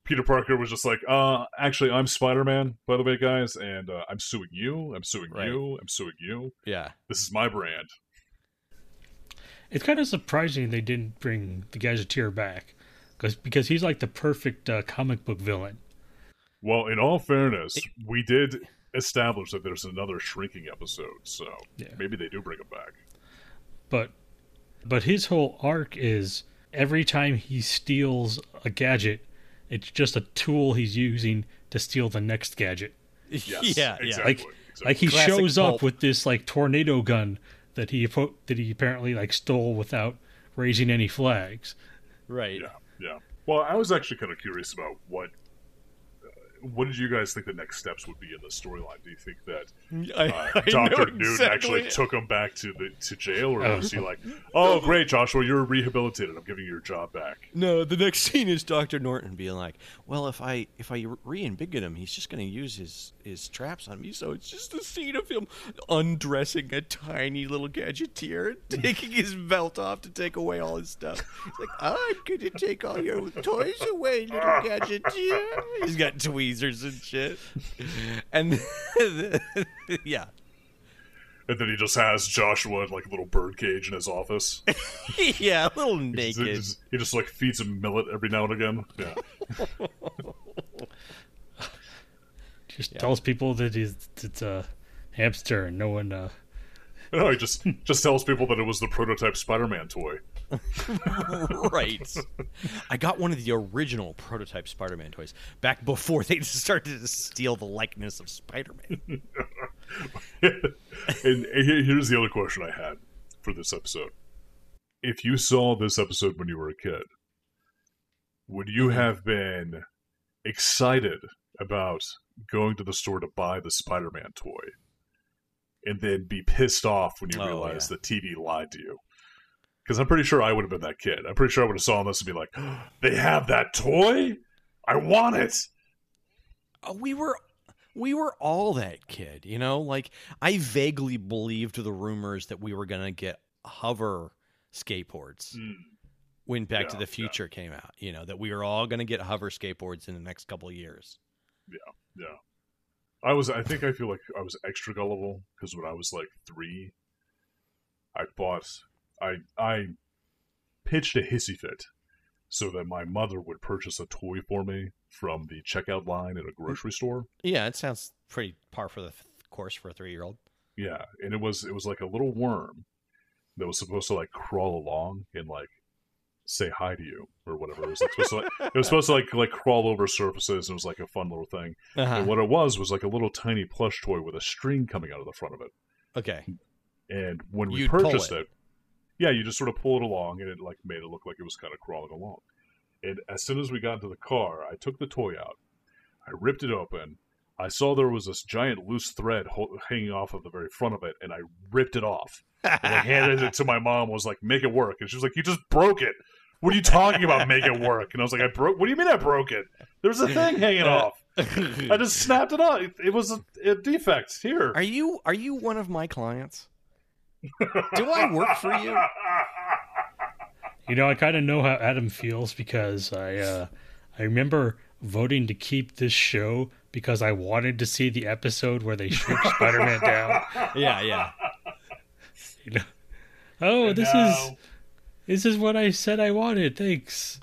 S1: Peter Parker was just like, "Uh, actually, I'm Spider-Man, by the way, guys, and uh, I'm suing you. I'm suing
S2: Right.
S1: you. I'm suing you.
S2: Yeah. (laughs)
S1: This is my brand."
S3: it's kind of surprising they didn't bring the Gadgeteer back, because because he's like the perfect uh, comic book villain.
S1: Well, in all fairness, we did establish that there's another shrinking episode, so
S3: Yeah.
S1: maybe they do bring him back.
S3: but but his whole arc is every time he steals a gadget it's just a tool he's using to steal the next gadget
S1: Yes,
S2: (laughs) yeah, yeah.
S1: exactly.
S3: like
S1: exactly.
S3: like he
S2: Classic
S3: shows
S2: pulp.
S3: up with this like tornado gun that he appo- that he apparently like stole without raising any flags
S2: Right.
S1: yeah, yeah. Well, I was actually kind of curious about what uh, what did you guys think the next steps would be in the storyline? Do you think
S2: (laughs)
S1: that uh,
S2: I, I know
S1: Doctor Newton actually
S2: exactly.
S1: took him back to the to jail, or was he like, "Oh, great, Joshua, you're rehabilitated. I'm giving you your job back."
S2: No, the next (laughs) scene is Doctor Norton being like, "Well, if I if I reinvigorate him, he's just going to use his his
S1: (laughs)
S2: traps on me." So it's just the scene of him undressing a tiny little gadgeteer, (laughs) and taking his belt off to take away all his stuff. He's like, "I'm going to take all your toys away, little gadgeteer." He's got tweezers and shit, and (laughs) yeah,
S1: And then he just has Joshua in like a little bird cage in his
S2: (laughs)
S1: office.
S2: yeah, a little
S1: He
S2: naked.
S1: just, he just, like feeds him millet every now and again. Yeah.
S3: just tells people that he's it's a hamster and no one uh
S1: No, he just just tells people that it was the prototype Spider-Man toy.
S2: right. I got one of the original prototype Spider-Man toys back before they (laughs) started to steal the likeness of Spider-Man.
S1: and he- here's the other question I had for this episode: If you saw this episode when you were a kid, would you
S2: Mm-hmm.
S1: have been excited about going to the store to buy the Spider-Man toy, and then be pissed off when you
S2: Oh,
S1: realize
S2: yeah.
S1: that TV lied to you? Because I'm pretty sure I would have been that kid. I'm pretty sure I would have saw this and be like, (gasps) "They have that toy. I want it."
S2: Uh, we were we were all that kid, you know? Like I vaguely believed the rumors that we were going to get hover skateboards when Back to
S1: Mm. Yeah,
S2: the
S1: yeah.
S2: Future came out, you know, that we were all going to get hover skateboards in the next couple of years.
S1: Yeah. I was I think I feel like I was extra gullible because when I was like 3 I bought I I pitched a hissy fit so that my mother would purchase a toy for me from the checkout line at a grocery store.
S9: Yeah, it sounds pretty par for the f- course for a three year old.
S1: Yeah, and it was it was like a little worm that was supposed to like crawl along and like say hi to you or whatever. It was like, supposed to like, it was supposed to like like crawl over surfaces and it was like a fun little thing.
S2: Uh-huh.
S1: And what it was was like a little tiny plush toy with a string coming out of the front of it.
S9: Okay.
S1: And when we
S9: You'd pull
S1: purchased
S9: it.
S1: it. yeah, you just sort of pull it along, and it like made it look like it was kind of crawling along. And as soon as we got into the car, I took the toy out, I ripped it open. I saw there was this giant loose thread ho- hanging off of the very front of it, and I ripped it off. And I handed it to my mom. Was like, "Make it work," and she was like, "You just broke it. What are you talking about? Make it work?" And I was like, "I broke. What do you mean I broke it? There's a thing hanging off. I just snapped it off. It, it was a, a defect here."
S2: Are you are you one of my clients? Do I work for
S1: (laughs)
S2: you?
S3: You know, I kind of know how Adam feels because I uh, I remember voting to keep this show because I wanted to see the episode where
S1: (laughs)
S3: they shoot Spider-Man down.
S9: Yeah, yeah.
S3: You know, oh, this is
S1: now-
S3: this is what I said I wanted. Thanks.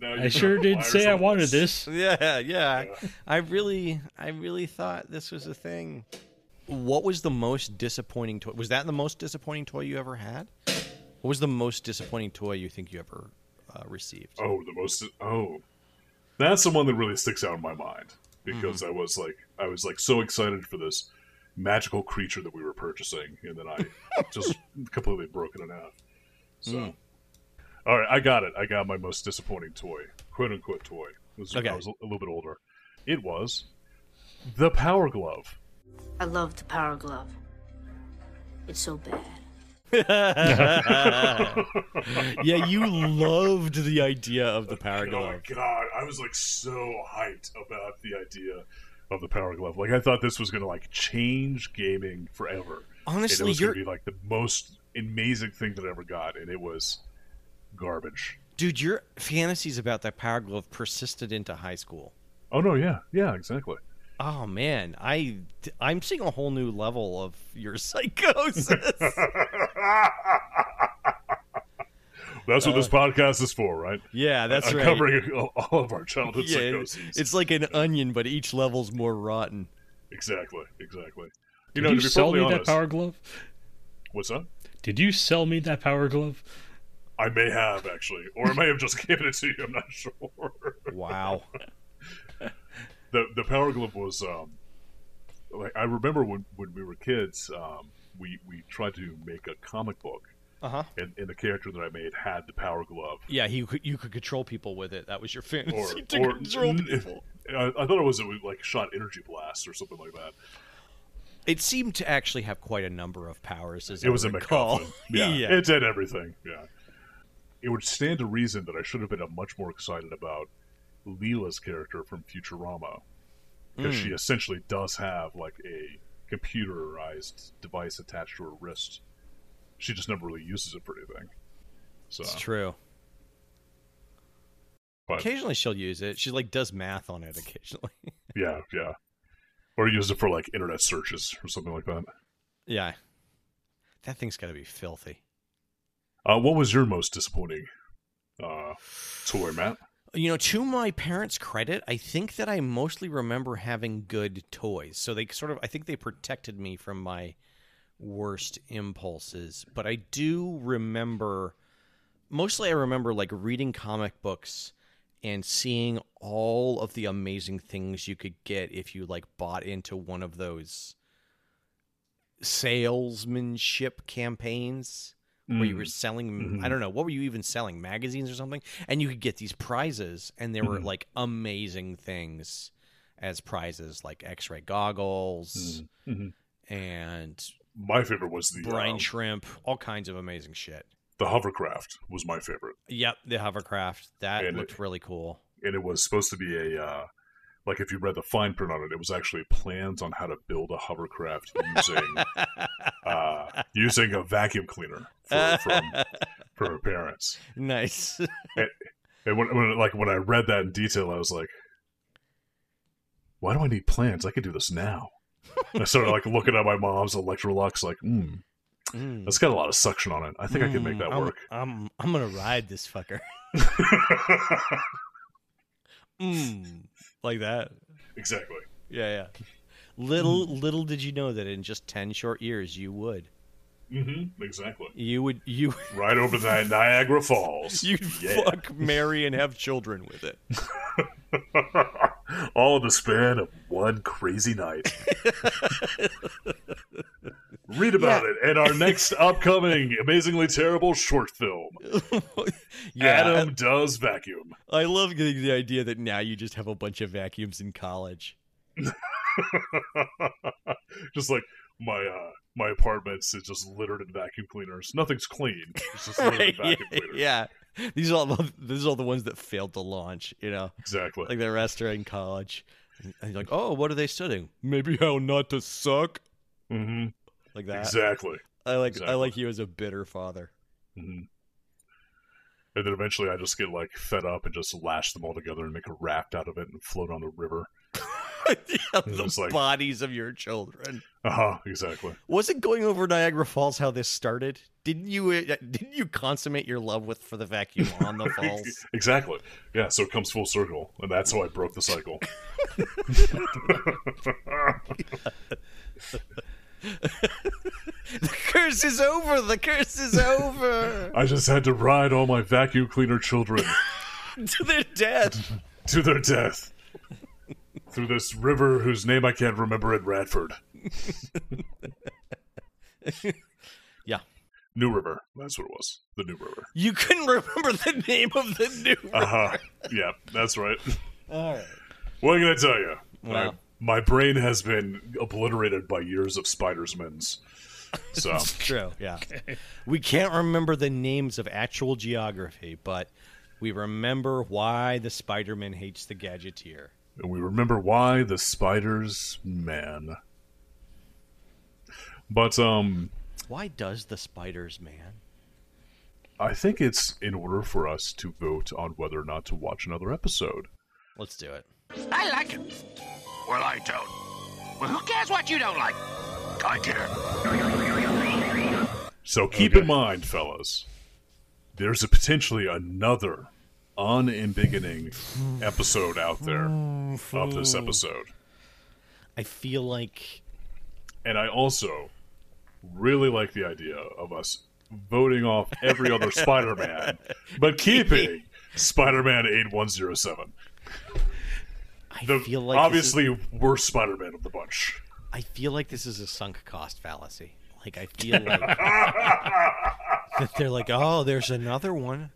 S1: Now (laughs)
S3: I
S1: you
S3: sure
S1: know,
S3: did
S1: wires
S3: say I
S1: on
S3: wanted this.
S2: Yeah, yeah. I really I really thought this was a thing. What was the most disappointing toy? Was that the most disappointing toy you ever had? What was the most disappointing toy you think you ever uh,
S1: (laughs)
S2: received?
S1: Oh, the most. Oh, that's the one that really sticks out in my mind because I was like, I was like so excited for this magical creature that we were purchasing, and then I just completely broken it out. So, all right, I got it. I got my most disappointing toy, quote unquote toy. This is when
S2: Okay.
S1: I was a little bit older. It was the Power Glove.
S10: I love the power glove. It's so bad.
S9: Yeah, you loved the idea of the power
S1: Oh my
S9: glove.
S1: god, I was like so hyped about the idea of the Power Glove. Like I thought this was gonna like change gaming forever. and
S2: Honestly,
S1: it was
S2: you're
S1: gonna be like the most amazing thing that I ever got, and it was garbage.
S2: dude, your fantasies about that power glove persisted into high school.
S1: Oh no, yeah, yeah, exactly. (laughs)
S2: Oh man, I I'm seeing a whole new level of your
S1: (laughs)
S2: (laughs) psychosis.
S1: That's what this podcast is for, right?
S2: yeah, that's right.
S1: Uncovering all- (laughs) all of our childhood
S2: yeah, it-
S1: psychoses.
S2: it's like an onion, but each level's more rotten.
S1: exactly, exactly. (laughs) You
S3: Did
S1: know,
S3: you
S1: to be
S3: sell me
S1: perfectly
S3: that
S1: honest,
S3: power glove?
S1: what's up?
S3: Did you sell me that power glove?
S1: I may have actually, or I may have just (laughs) given it to you. I'm not sure.
S2: Wow.
S1: the the power glove was um like I remember when when we were kids um we we tried to make a comic book
S2: Uh huh.
S1: and, and the character that I made had the power glove
S9: Yeah, you could, you could control people with it. That was your
S1: or
S9: fantasy to
S1: or
S9: control people.
S1: I, I thought it was it was like shot energy blast or something like that
S2: It seemed to actually have quite a number of powers. As
S1: it
S2: I
S1: was a
S2: recall. (laughs)
S1: MacGuffin yeah, it did everything yeah it would stand to reason that I should have been uh, much more excited about Leela's character from Futurama because she essentially does have like a computerized device attached to her wrist. She just never really uses it for anything. So
S2: it's true.
S1: but,
S2: Occasionally she'll use it. She like does math on it occasionally. (laughs)
S1: yeah, yeah. Or use it for like internet searches or something like that.
S2: yeah. That thing's got to be filthy.
S1: Uh, what was your most disappointing uh, toy, Matt?
S2: You know, to my parents' credit, I think that I mostly remember having good toys. So they sort of, I think they protected me from my worst impulses. But I do remember, mostly I remember like reading comic books and seeing all of the amazing things you could get if you like bought into one of those salesmanship campaigns where you were selling I don't know what were you even selling magazines or something and you could get these prizes and there were like amazing things as prizes like x-ray goggles Mm-hmm. and
S1: My favorite was the
S2: brine
S1: um,
S2: shrimp all kinds of amazing shit
S1: the hovercraft was my favorite.
S2: yep the hovercraft that
S1: And-
S2: looked really cool
S1: and it was supposed to be a uh, like if you read the fine print on it, it was actually plans on how to build a hovercraft using uh, using a vacuum cleaner for, from for her parents.
S2: nice (laughs)
S1: And when, when like when I read that in detail, I was like, "Why do I need plans? I could do this now." I started like looking at my mom's Electrolux, like, mm, Mm. It's got a lot of suction on it. I think I can make that
S2: I'm,
S1: work.
S2: I'm I'm gonna ride this fucker. mm, like that.
S1: Exactly.
S2: (laughs) Yeah, yeah. Little little did you know that in just ten short years you would.
S1: Mm-hmm. Exactly.
S2: You would (laughs) you
S1: Right over the Niagara Falls.
S2: you'd
S1: Yeah.
S2: fuck marry and have children with it.
S1: (laughs) All in the span of one crazy
S2: (laughs)
S1: night. Read about it in our next upcoming amazingly terrible short film.
S2: yeah.
S1: Adam does vacuum. (laughs)
S2: I love the, the idea that now you just have a bunch of vacuums in college.
S1: just like my uh my apartments is just littered in vacuum cleaners. Nothing's clean. It's just
S2: (laughs)
S1: littered in vacuum cleaners.
S2: yeah. These are all the, these are all the ones that failed to launch, you know.
S1: Exactly.
S2: Like the rest are in college. And and you're like, oh, what are they studying? Maybe how not to suck.
S1: hmm
S2: Like that.
S1: Exactly.
S2: I like I
S1: exactly.
S2: like you as a bitter father. (laughs)
S1: hmm And then eventually, I just get like fed up and just lash them all together and make a raft out of it and float on the river.
S2: yeah,
S1: It
S2: the
S1: was like-
S2: bodies of your children.
S1: Uh huh. Exactly.
S2: Wasn't going over Niagara Falls how this started? Didn't you uh, didn't you consummate your love with for
S1: (laughs)
S2: the vacuum on the falls?
S1: Exactly. Yeah. So it comes full circle, and that's how I broke the cycle.
S2: the curse is over. The curse
S1: (laughs)
S2: is over.
S1: I just had to ride all my vacuum cleaner children
S2: (laughs) to their death.
S1: (laughs) to their death through this river whose name I can't remember in Radford.
S2: Yeah.
S1: New River. That's what it was. The New River.
S2: (laughs) You couldn't remember the name of the
S1: (laughs)
S2: new.
S1: Uh huh. yeah. That's right.
S2: (laughs) All right.
S1: What can I tell you?
S2: Wow.
S1: My brain has been obliterated by years of Spidersmans. So,
S2: True. Yeah. We can't remember the names of actual geography, but we remember why the Spider-Man hates the gadgeteer.
S1: and we remember why the spiders man. But um
S2: Why does the spiders man?
S1: I think it's in order for us to vote on whether or not to watch another episode.
S2: Let's do it.
S6: I like it.
S11: Well, I don't.
S6: Well, who cares what you don't like?
S11: I care.
S1: So keep in mind, fellas, there's a potentially another unambiguous episode out there of this episode.
S2: I feel like
S1: And I also really like the idea of us voting off every other Spider Man, but keeping Spider Man 8107.
S2: I
S1: The
S2: feel like this is-
S1: obviously worst Spider Man of the bunch.
S2: I feel like this is a sunk cost fallacy. Like I feel like that they're like, oh, there's another one.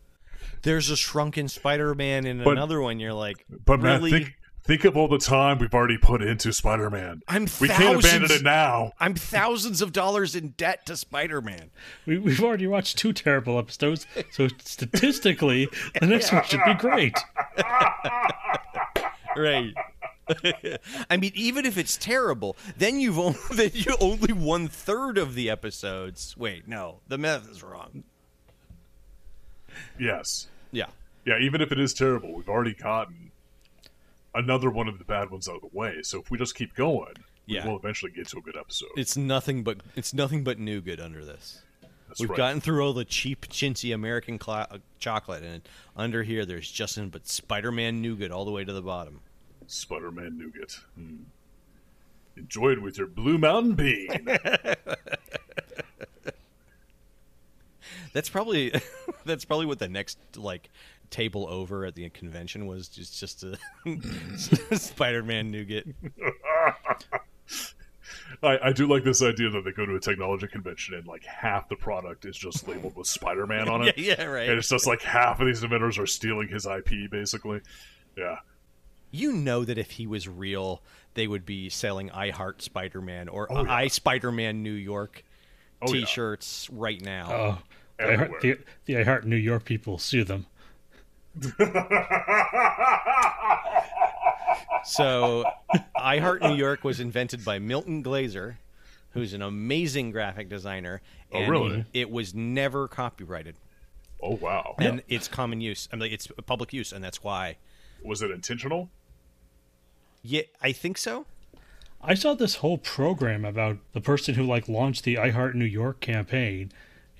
S2: There's a shrunken Spider-Man and
S1: But-
S2: another one. You're like,
S1: But man,
S2: really?
S1: think, think of all the time we've already put into Spider Man.
S8: I'm
S1: We can't abandon
S8: thousands-
S1: it now.
S8: I'm thousands of dollars in debt to Spider-Man.
S3: We, we've already watched two terrible episodes, so statistically, the next one should
S1: (laughs)
S3: be great.
S2: (laughs) right. (laughs) I mean, even if it's terrible, then you've only (laughs) then you only one third of the episodes. Wait, no, the math is wrong.
S1: Yes.
S2: Yeah,
S1: Yeah, even if it is terrible, we've already gotten another one of the bad ones out of the way. So if we just keep going,
S2: Yeah.
S1: we will eventually get to a good episode.
S2: it's nothing but it's nothing but new good under this.
S1: That's
S2: We've
S1: right.
S2: gotten through all the cheap, chintzy American cla uh, chocolate, and under here there's Justin, but Spider-Man nougat all the way to the bottom.
S1: Spider Man Nougat. Hmm. Enjoy it with your Blue Mountain Bean.
S2: (laughs) That's probably (laughs) that's probably what the next like table over at the convention was just just a (laughs) Spider-Man nougat.
S1: I, I do like this idea that they go to a technology convention and like half the product is just labeled with Spider Man on
S2: (laughs) yeah,
S1: it.
S2: yeah, right.
S1: And it's just like half of these inventors are stealing his IP, basically. Yeah.
S2: You know that if he was real, they would be selling "I Heart Spider-Man" or "I Spider-Man New York"
S1: Oh, yeah.
S2: T-shirts right now.
S3: Oh, the I heart, the, the I Heart New York people sue them.
S2: So, I Heart New York was invented by Milton Glaser, who's an amazing graphic designer.
S1: Oh,
S2: and
S1: really?
S2: It was never copyrighted,
S1: Oh, wow.
S2: and it's common use. I mean, it's public use, and that's why.
S1: Was it intentional?
S2: Yeah, I think so.
S3: I saw this whole program about the person who like launched the I Heart New York campaign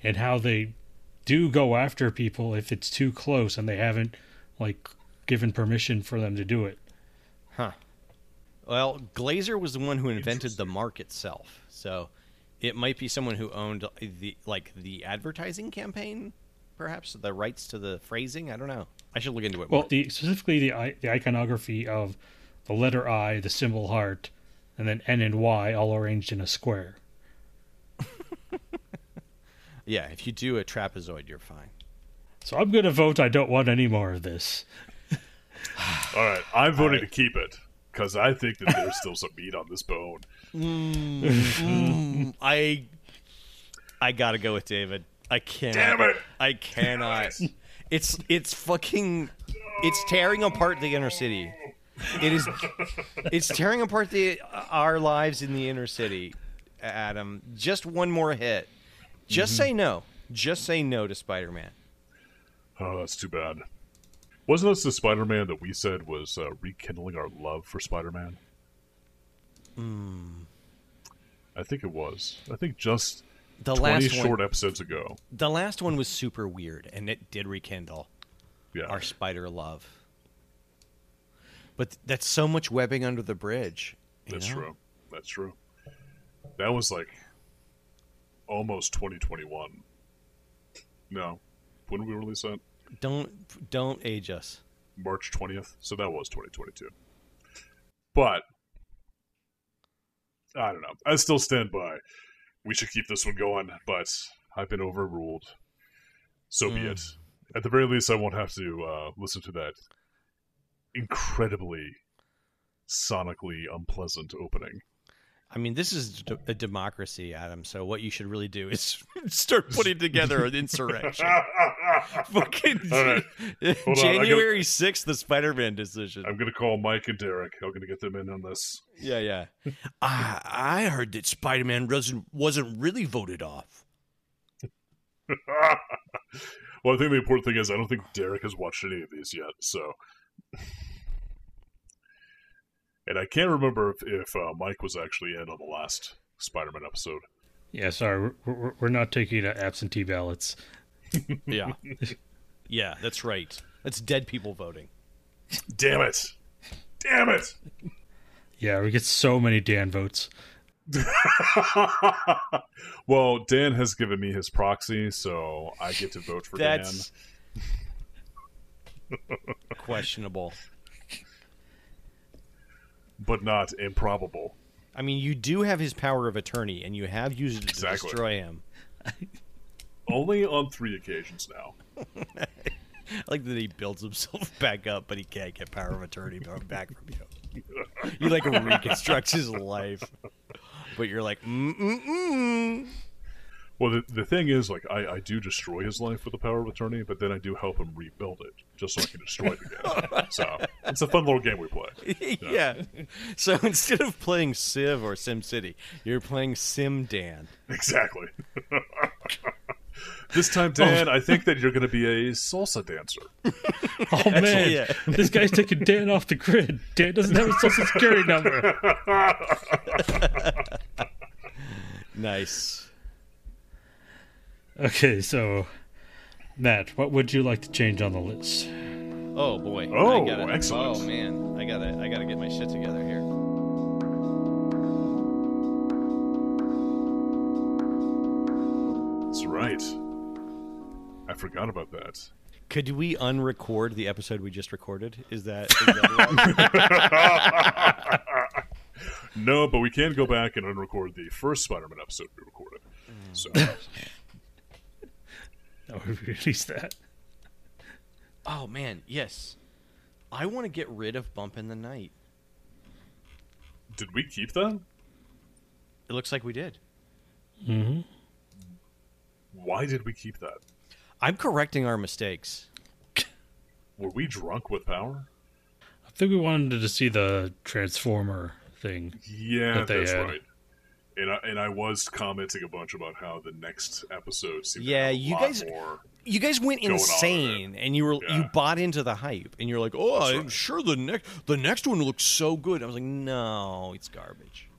S3: and how they do go after people if it's too close and they haven't like given permission for them to do it.
S2: Huh. Well, Glazer was the one who invented the mark itself, so it might be someone who owned the like the advertising campaign, perhaps the rights to the phrasing. I don't know. I should look into it.
S3: Well,
S2: more.
S3: the, specifically the i- the iconography of the letter I, the symbol heart, and then N and Y all arranged in a square.
S2: yeah, if you do a trapezoid, you're fine.
S3: So I'm going to vote I don't want any more of this.
S1: All right, I'm voting to keep it because I think that there's still some meat on this bone.
S2: (laughs) I I gotta go with David. I cannot.
S1: Damn it!
S2: I cannot. It's it's fucking. It's tearing apart the inner city. It is. It's tearing apart the our lives in the inner city. Adam, just one more hit. Just say no. Just say no to Spider-Man.
S1: (laughs) Oh, that's too bad. Wasn't this the Spider Man that we said was uh, rekindling our love for Spider Man?
S2: Hmm.
S1: I think it was. I think just
S2: The
S1: 20
S2: last
S1: short
S2: one.
S1: episodes ago.
S2: The last one was super weird, and it did rekindle.
S1: Yeah.
S2: our spider love. But th- that's so much webbing under the bridge. you
S1: That's
S2: know?
S1: true. That's true. That was like almost 2021. No. When did we release that?
S2: Don't don't age us.
S1: March 20th. So that was 2022. But I don't know. I still stand by. We should keep this one going, but I've been overruled. So be
S2: Mm.
S1: it. At the very least, I won't have to uh, listen to that incredibly sonically unpleasant opening. (laughs)
S2: I mean, this is d- a democracy, Adam. So what you should really do is (laughs) start putting together an insurrection. Fucking
S1: (laughs) All
S2: (laughs)
S1: right. on, I gotta-
S2: January sixth, the Spider-Man decision.
S1: I'm gonna call Mike and Derek. I'm gonna get them in on this.
S2: Yeah,
S8: (laughs)
S2: yeah. I I heard that Spider-Man wasn't wasn't really voted off.
S1: well, I think the important thing is I don't think Derek has watched any of these yet. So, and I can't remember if, if uh, Mike was actually in on the last Spider-Man episode.
S3: Yeah, sorry, we're, we're, we're not taking uh, absentee ballots.
S2: Yeah, yeah. That's right. That's dead people voting.
S1: Damn it! Damn it! (laughs)
S3: Yeah, we get so many Dan votes.
S1: well, Dan has given me his proxy, so I get to vote for Dan.
S2: That's (laughs) questionable.
S1: but not improbable.
S2: I mean, you do have his power of attorney, and you have used it to
S1: Exactly.
S2: destroy him.
S1: Only on three occasions now.
S2: I like that he builds himself (laughs) back up, but he can't get power of attorney b- back from you. You like reconstructs his life, but you're like, mm mm mm.
S1: Well, the, the thing is, like, I, I do destroy his life with the power of attorney, but then I do help him rebuild it just so I can destroy it again. so it's a fun little game we play.
S2: (laughs) yeah. So (laughs) instead of playing Civ or Sim City, you're playing Sim Dan.
S1: Exactly. (laughs) this time, Dan, I think that you're going to be a salsa dancer.
S3: Oh man,
S2: yeah.
S3: (laughs) this guy's taking Dan off the grid. Dan doesn't have a social security number.
S2: Nice.
S3: Okay, so Matt, what would you like to change on the list?
S2: Oh boy.
S1: Oh,
S2: I gotta,
S1: excellent.
S2: Oh man, I gotta, I gotta get my shit together here.
S1: That's right. I forgot about that.
S2: Could we unrecord the episode we just recorded? Is that, is
S1: (laughs)
S2: that allowed?
S1: No, but we can go back and unrecord the first Spider Man episode we recorded. So,
S3: Oh, we release that.
S2: (laughs) oh man, yes. I want to get rid of Bump in the Night.
S1: did we keep that?
S2: It looks like we did.
S1: Why did we keep that?
S2: I'm correcting our mistakes.
S1: Were we drunk with power?
S3: I think we wanted to see the Transformer thing.
S1: Yeah,
S3: that they
S1: that's
S3: had.
S1: right. And I, and I was commenting a bunch about how the next episode seemed.
S2: Yeah,
S1: to have a
S2: you
S1: lot
S2: guys-
S1: More.
S2: You guys went
S1: Going on
S2: insane, and you were you
S1: Yeah.
S2: bought into the hype, and you're like, "Oh, I'm
S1: right.
S2: sure the next the next one looks so good." I was like, "No, Oh, it's garbage."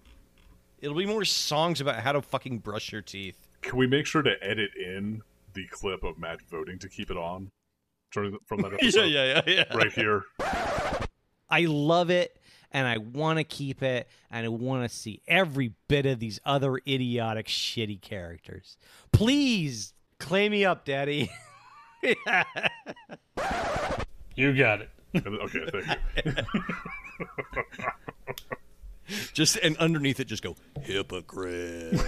S2: It'll be more songs about how to fucking brush your teeth.
S8: (laughs)
S1: Can we make sure to edit in the clip of Matt voting to keep it on during the, from
S2: (laughs)
S1: that episode?
S2: yeah, yeah, yeah.
S1: Right here.
S12: I love it and I want to keep it and I want to see every bit of these other idiotic, shitty characters. Please claim me up, Daddy. (laughs)
S3: You got it.
S1: And- Okay, thank you. (laughs)
S8: Just and underneath it, just go hypocrite.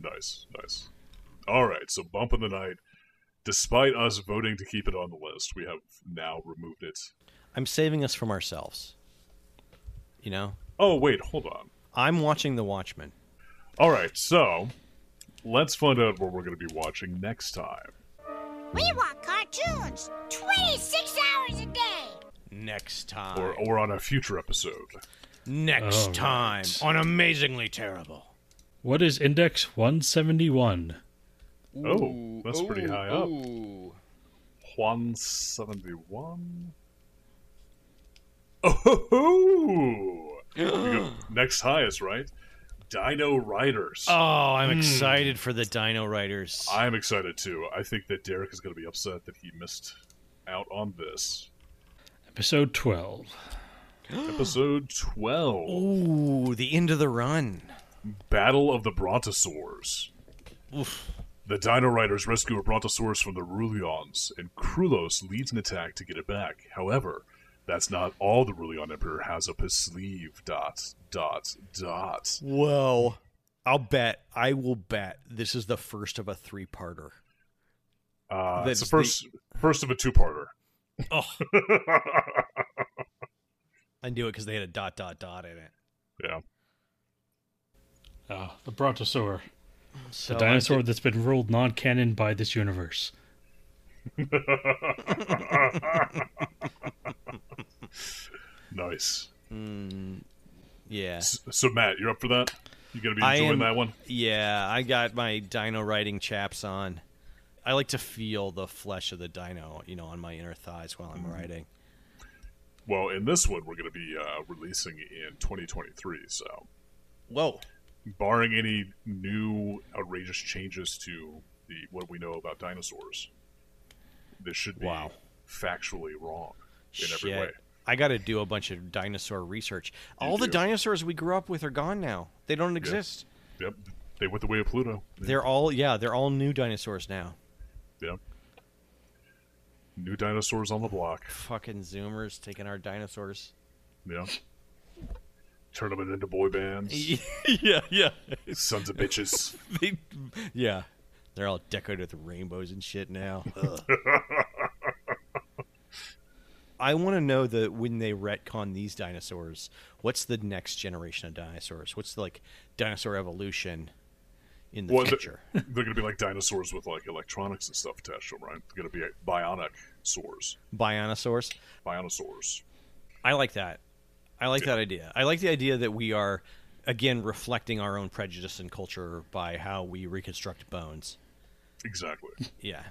S1: Nice, nice. All right, so Bump in the Night, despite us voting to keep it on the list, we have now removed it.
S2: I'm saving us from ourselves. You know,
S1: Oh, wait, hold on.
S2: I'm watching The Watchmen.
S1: All right, so let's find out what we're going to be watching next time.
S13: We want cartoons 26 hours a day.
S2: Next time.
S1: Or, or on a future episode.
S2: Next
S3: All
S2: time
S3: Oh,
S2: on
S3: right.
S2: Amazingly Terrible.
S3: What is Index 171?
S1: Oh, that's pretty high up.
S2: Ooh.
S1: 171. Oh, ho,
S2: (gasps)
S1: ho! Here we go. next highest, right? Dino Riders.
S2: Oh, I'm
S3: Hmm.
S2: excited for the Dino Riders.
S1: I'm excited too. I think that Derek is going to be upset that he missed out on this.
S3: Episode 12.
S1: Episode 12
S2: Ooh, the end of the run.
S1: Battle of the Brontosaurs. The Dino Riders rescue a Brontosaurus from the Rulions, and Krulos leads an attack to get it back. However, that's not all the Rulion Emperor has up his sleeve. Dot, dot, dot.
S8: (laughs) Well, I'll bet. I will bet this is the first of a three-parter.
S1: Uh, it's the
S8: That's
S1: first, first of a two parter.
S8: Oh, I knew it because they had a dot dot dot in it.
S1: (laughs) Yeah.
S3: Ah, the Brontosaur.
S2: So
S3: the dinosaur that's been ruled non canon by this universe.
S1: Nice.
S2: yeah,
S1: S- So, Matt, you're up for that? You going to be
S2: I
S1: enjoying
S2: am-
S1: that one?
S2: yeah. I got my Dino riding chaps on. I like to feel the flesh of the dino, you know, on my inner thighs while
S3: Hmm.
S2: I'm riding.
S1: Well, in this one, we're going to be uh, releasing in 2023. So,
S2: Whoa.
S1: barring any new outrageous changes to the what we know about dinosaurs, this should be
S2: Wow.
S1: factually wrong in every
S2: Shit.
S1: way.
S2: I got to do a bunch of dinosaur research. All the
S1: do.
S2: dinosaurs we grew up with are gone now. They don't exist.
S1: Yep, they went the way of Pluto.
S2: They're all yeah, they're all new dinosaurs now.
S1: Yep. New dinosaurs on the block.
S2: Fucking zoomers taking
S1: (laughs)
S2: our dinosaurs.
S1: Yeah. Turn them into boy bands.
S2: yeah, yeah.
S1: Sons of
S2: (laughs)
S1: bitches.
S2: They, yeah. They're all decorated with rainbows and
S1: (laughs)
S2: shit now. Ugh. I want to know that when they retcon these dinosaurs, what's the next generation of dinosaurs? What's like dinosaur evolution in the
S1: Well, the-
S2: future?
S1: They're going to be like dinosaurs with like electronics and stuff attached to them, right? They're going to be bionic sores,
S2: (laughs) Bionosaurs?
S1: bionosaurs.
S2: I like that. I like that idea. I like the idea that we are again reflecting our own prejudice and culture by how we reconstruct bones.
S1: Exactly.
S2: Yeah.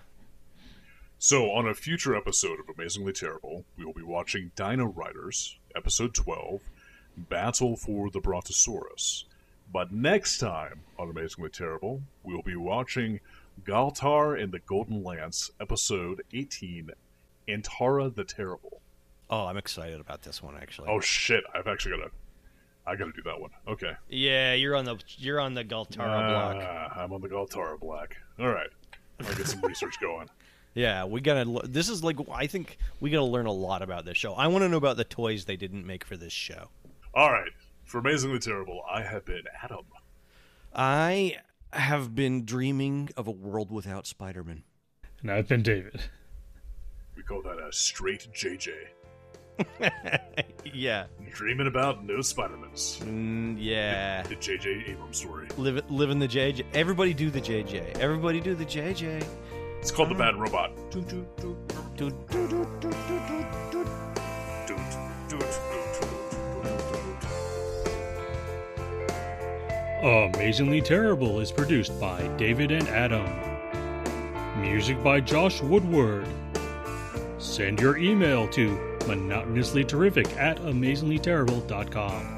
S1: So, on a future episode of Amazingly Terrible, we will be watching Dino Riders, Episode 12, Battle for the Brontosaurus. But next time on Amazingly Terrible, we will be watching Galtar and the Golden Lance, Episode 18, Antara the Terrible.
S2: Oh, I'm excited about this one actually.
S1: Oh shit, I've actually got to. I gotta do that one. Okay.
S2: Yeah, you're on the you're on the Galtara block.
S1: Ah, I'm on the Galtara block. Alright. I'll get some research going.
S2: Yeah, we gotta. lo- This is like I think we gotta learn a lot about this show. I want to know about the toys they didn't make for this show.
S1: Alright. For Amazingly Terrible, I have been Adam.
S2: I have been dreaming of a world without Spider-Man.
S3: And I've been David.
S1: We call that a straight JJ.
S2: Yeah,
S1: Dreaming about no Spider-Mans.
S2: mm, yeah.
S1: The JJ Abrams story.
S2: Live live in the JJ. Everybody do the JJ. Everybody do the JJ.
S1: It's called The Bad Robot. Doot, doot, doot,
S2: Do
S1: doot, doot, doot, doot, doot, doot.
S3: Amazingly Terrible is produced by David and Adam. Music by Josh Woodward. Send your email to monotonously terrific at amazinglyterrible.com.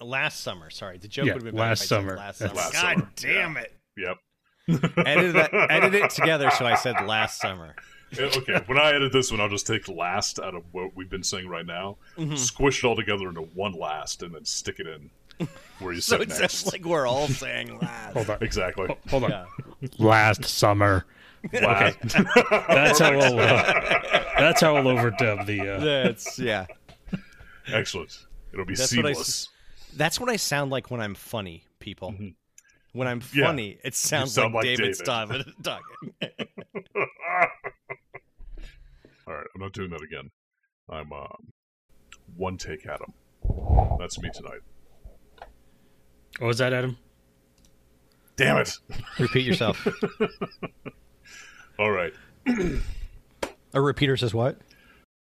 S2: Last summer, sorry, the joke
S3: Yeah,
S2: would have been
S3: last
S2: better if
S3: summer.
S2: I said
S3: That's-
S2: Last
S3: Last
S2: summer. God
S3: summer,
S2: damn
S1: yeah.
S2: it!
S1: Yep.
S2: edit that, edit it together so I said last summer.
S1: Yeah, Uh,
S2: (laughs)
S1: okay, when I edit this one, I'll just take last out of what we've been saying right now,
S2: Mhm.
S1: squish it all together into one last, and then stick it in where you
S2: (laughs) So Oh,
S1: said
S2: it
S1: next.
S2: sounds like we're all saying last.
S3: Hold on.
S1: Exactly.
S3: Ho- hold on.
S2: Yeah.
S3: Last summer.
S1: Last.
S3: That's (laughs) how I'll. Uh, that's how I'll overdub the. Uh,
S2: That's yeah.
S1: (laughs) Excellent. It'll be
S2: That's what I s-
S1: seamless.
S2: That's what I sound like when I'm funny, people. When I'm
S1: Yeah.
S2: funny, it sounds
S1: sound
S2: like,
S1: like
S2: David,
S1: David.
S2: (laughs) Stoddard talking.
S1: All right, I'm not doing that again. I'm uh, one take Adam. That's me tonight.
S3: what was that, Adam?
S1: Damn it!
S14: Repeat yourself.
S1: All right.
S14: A repeater says what?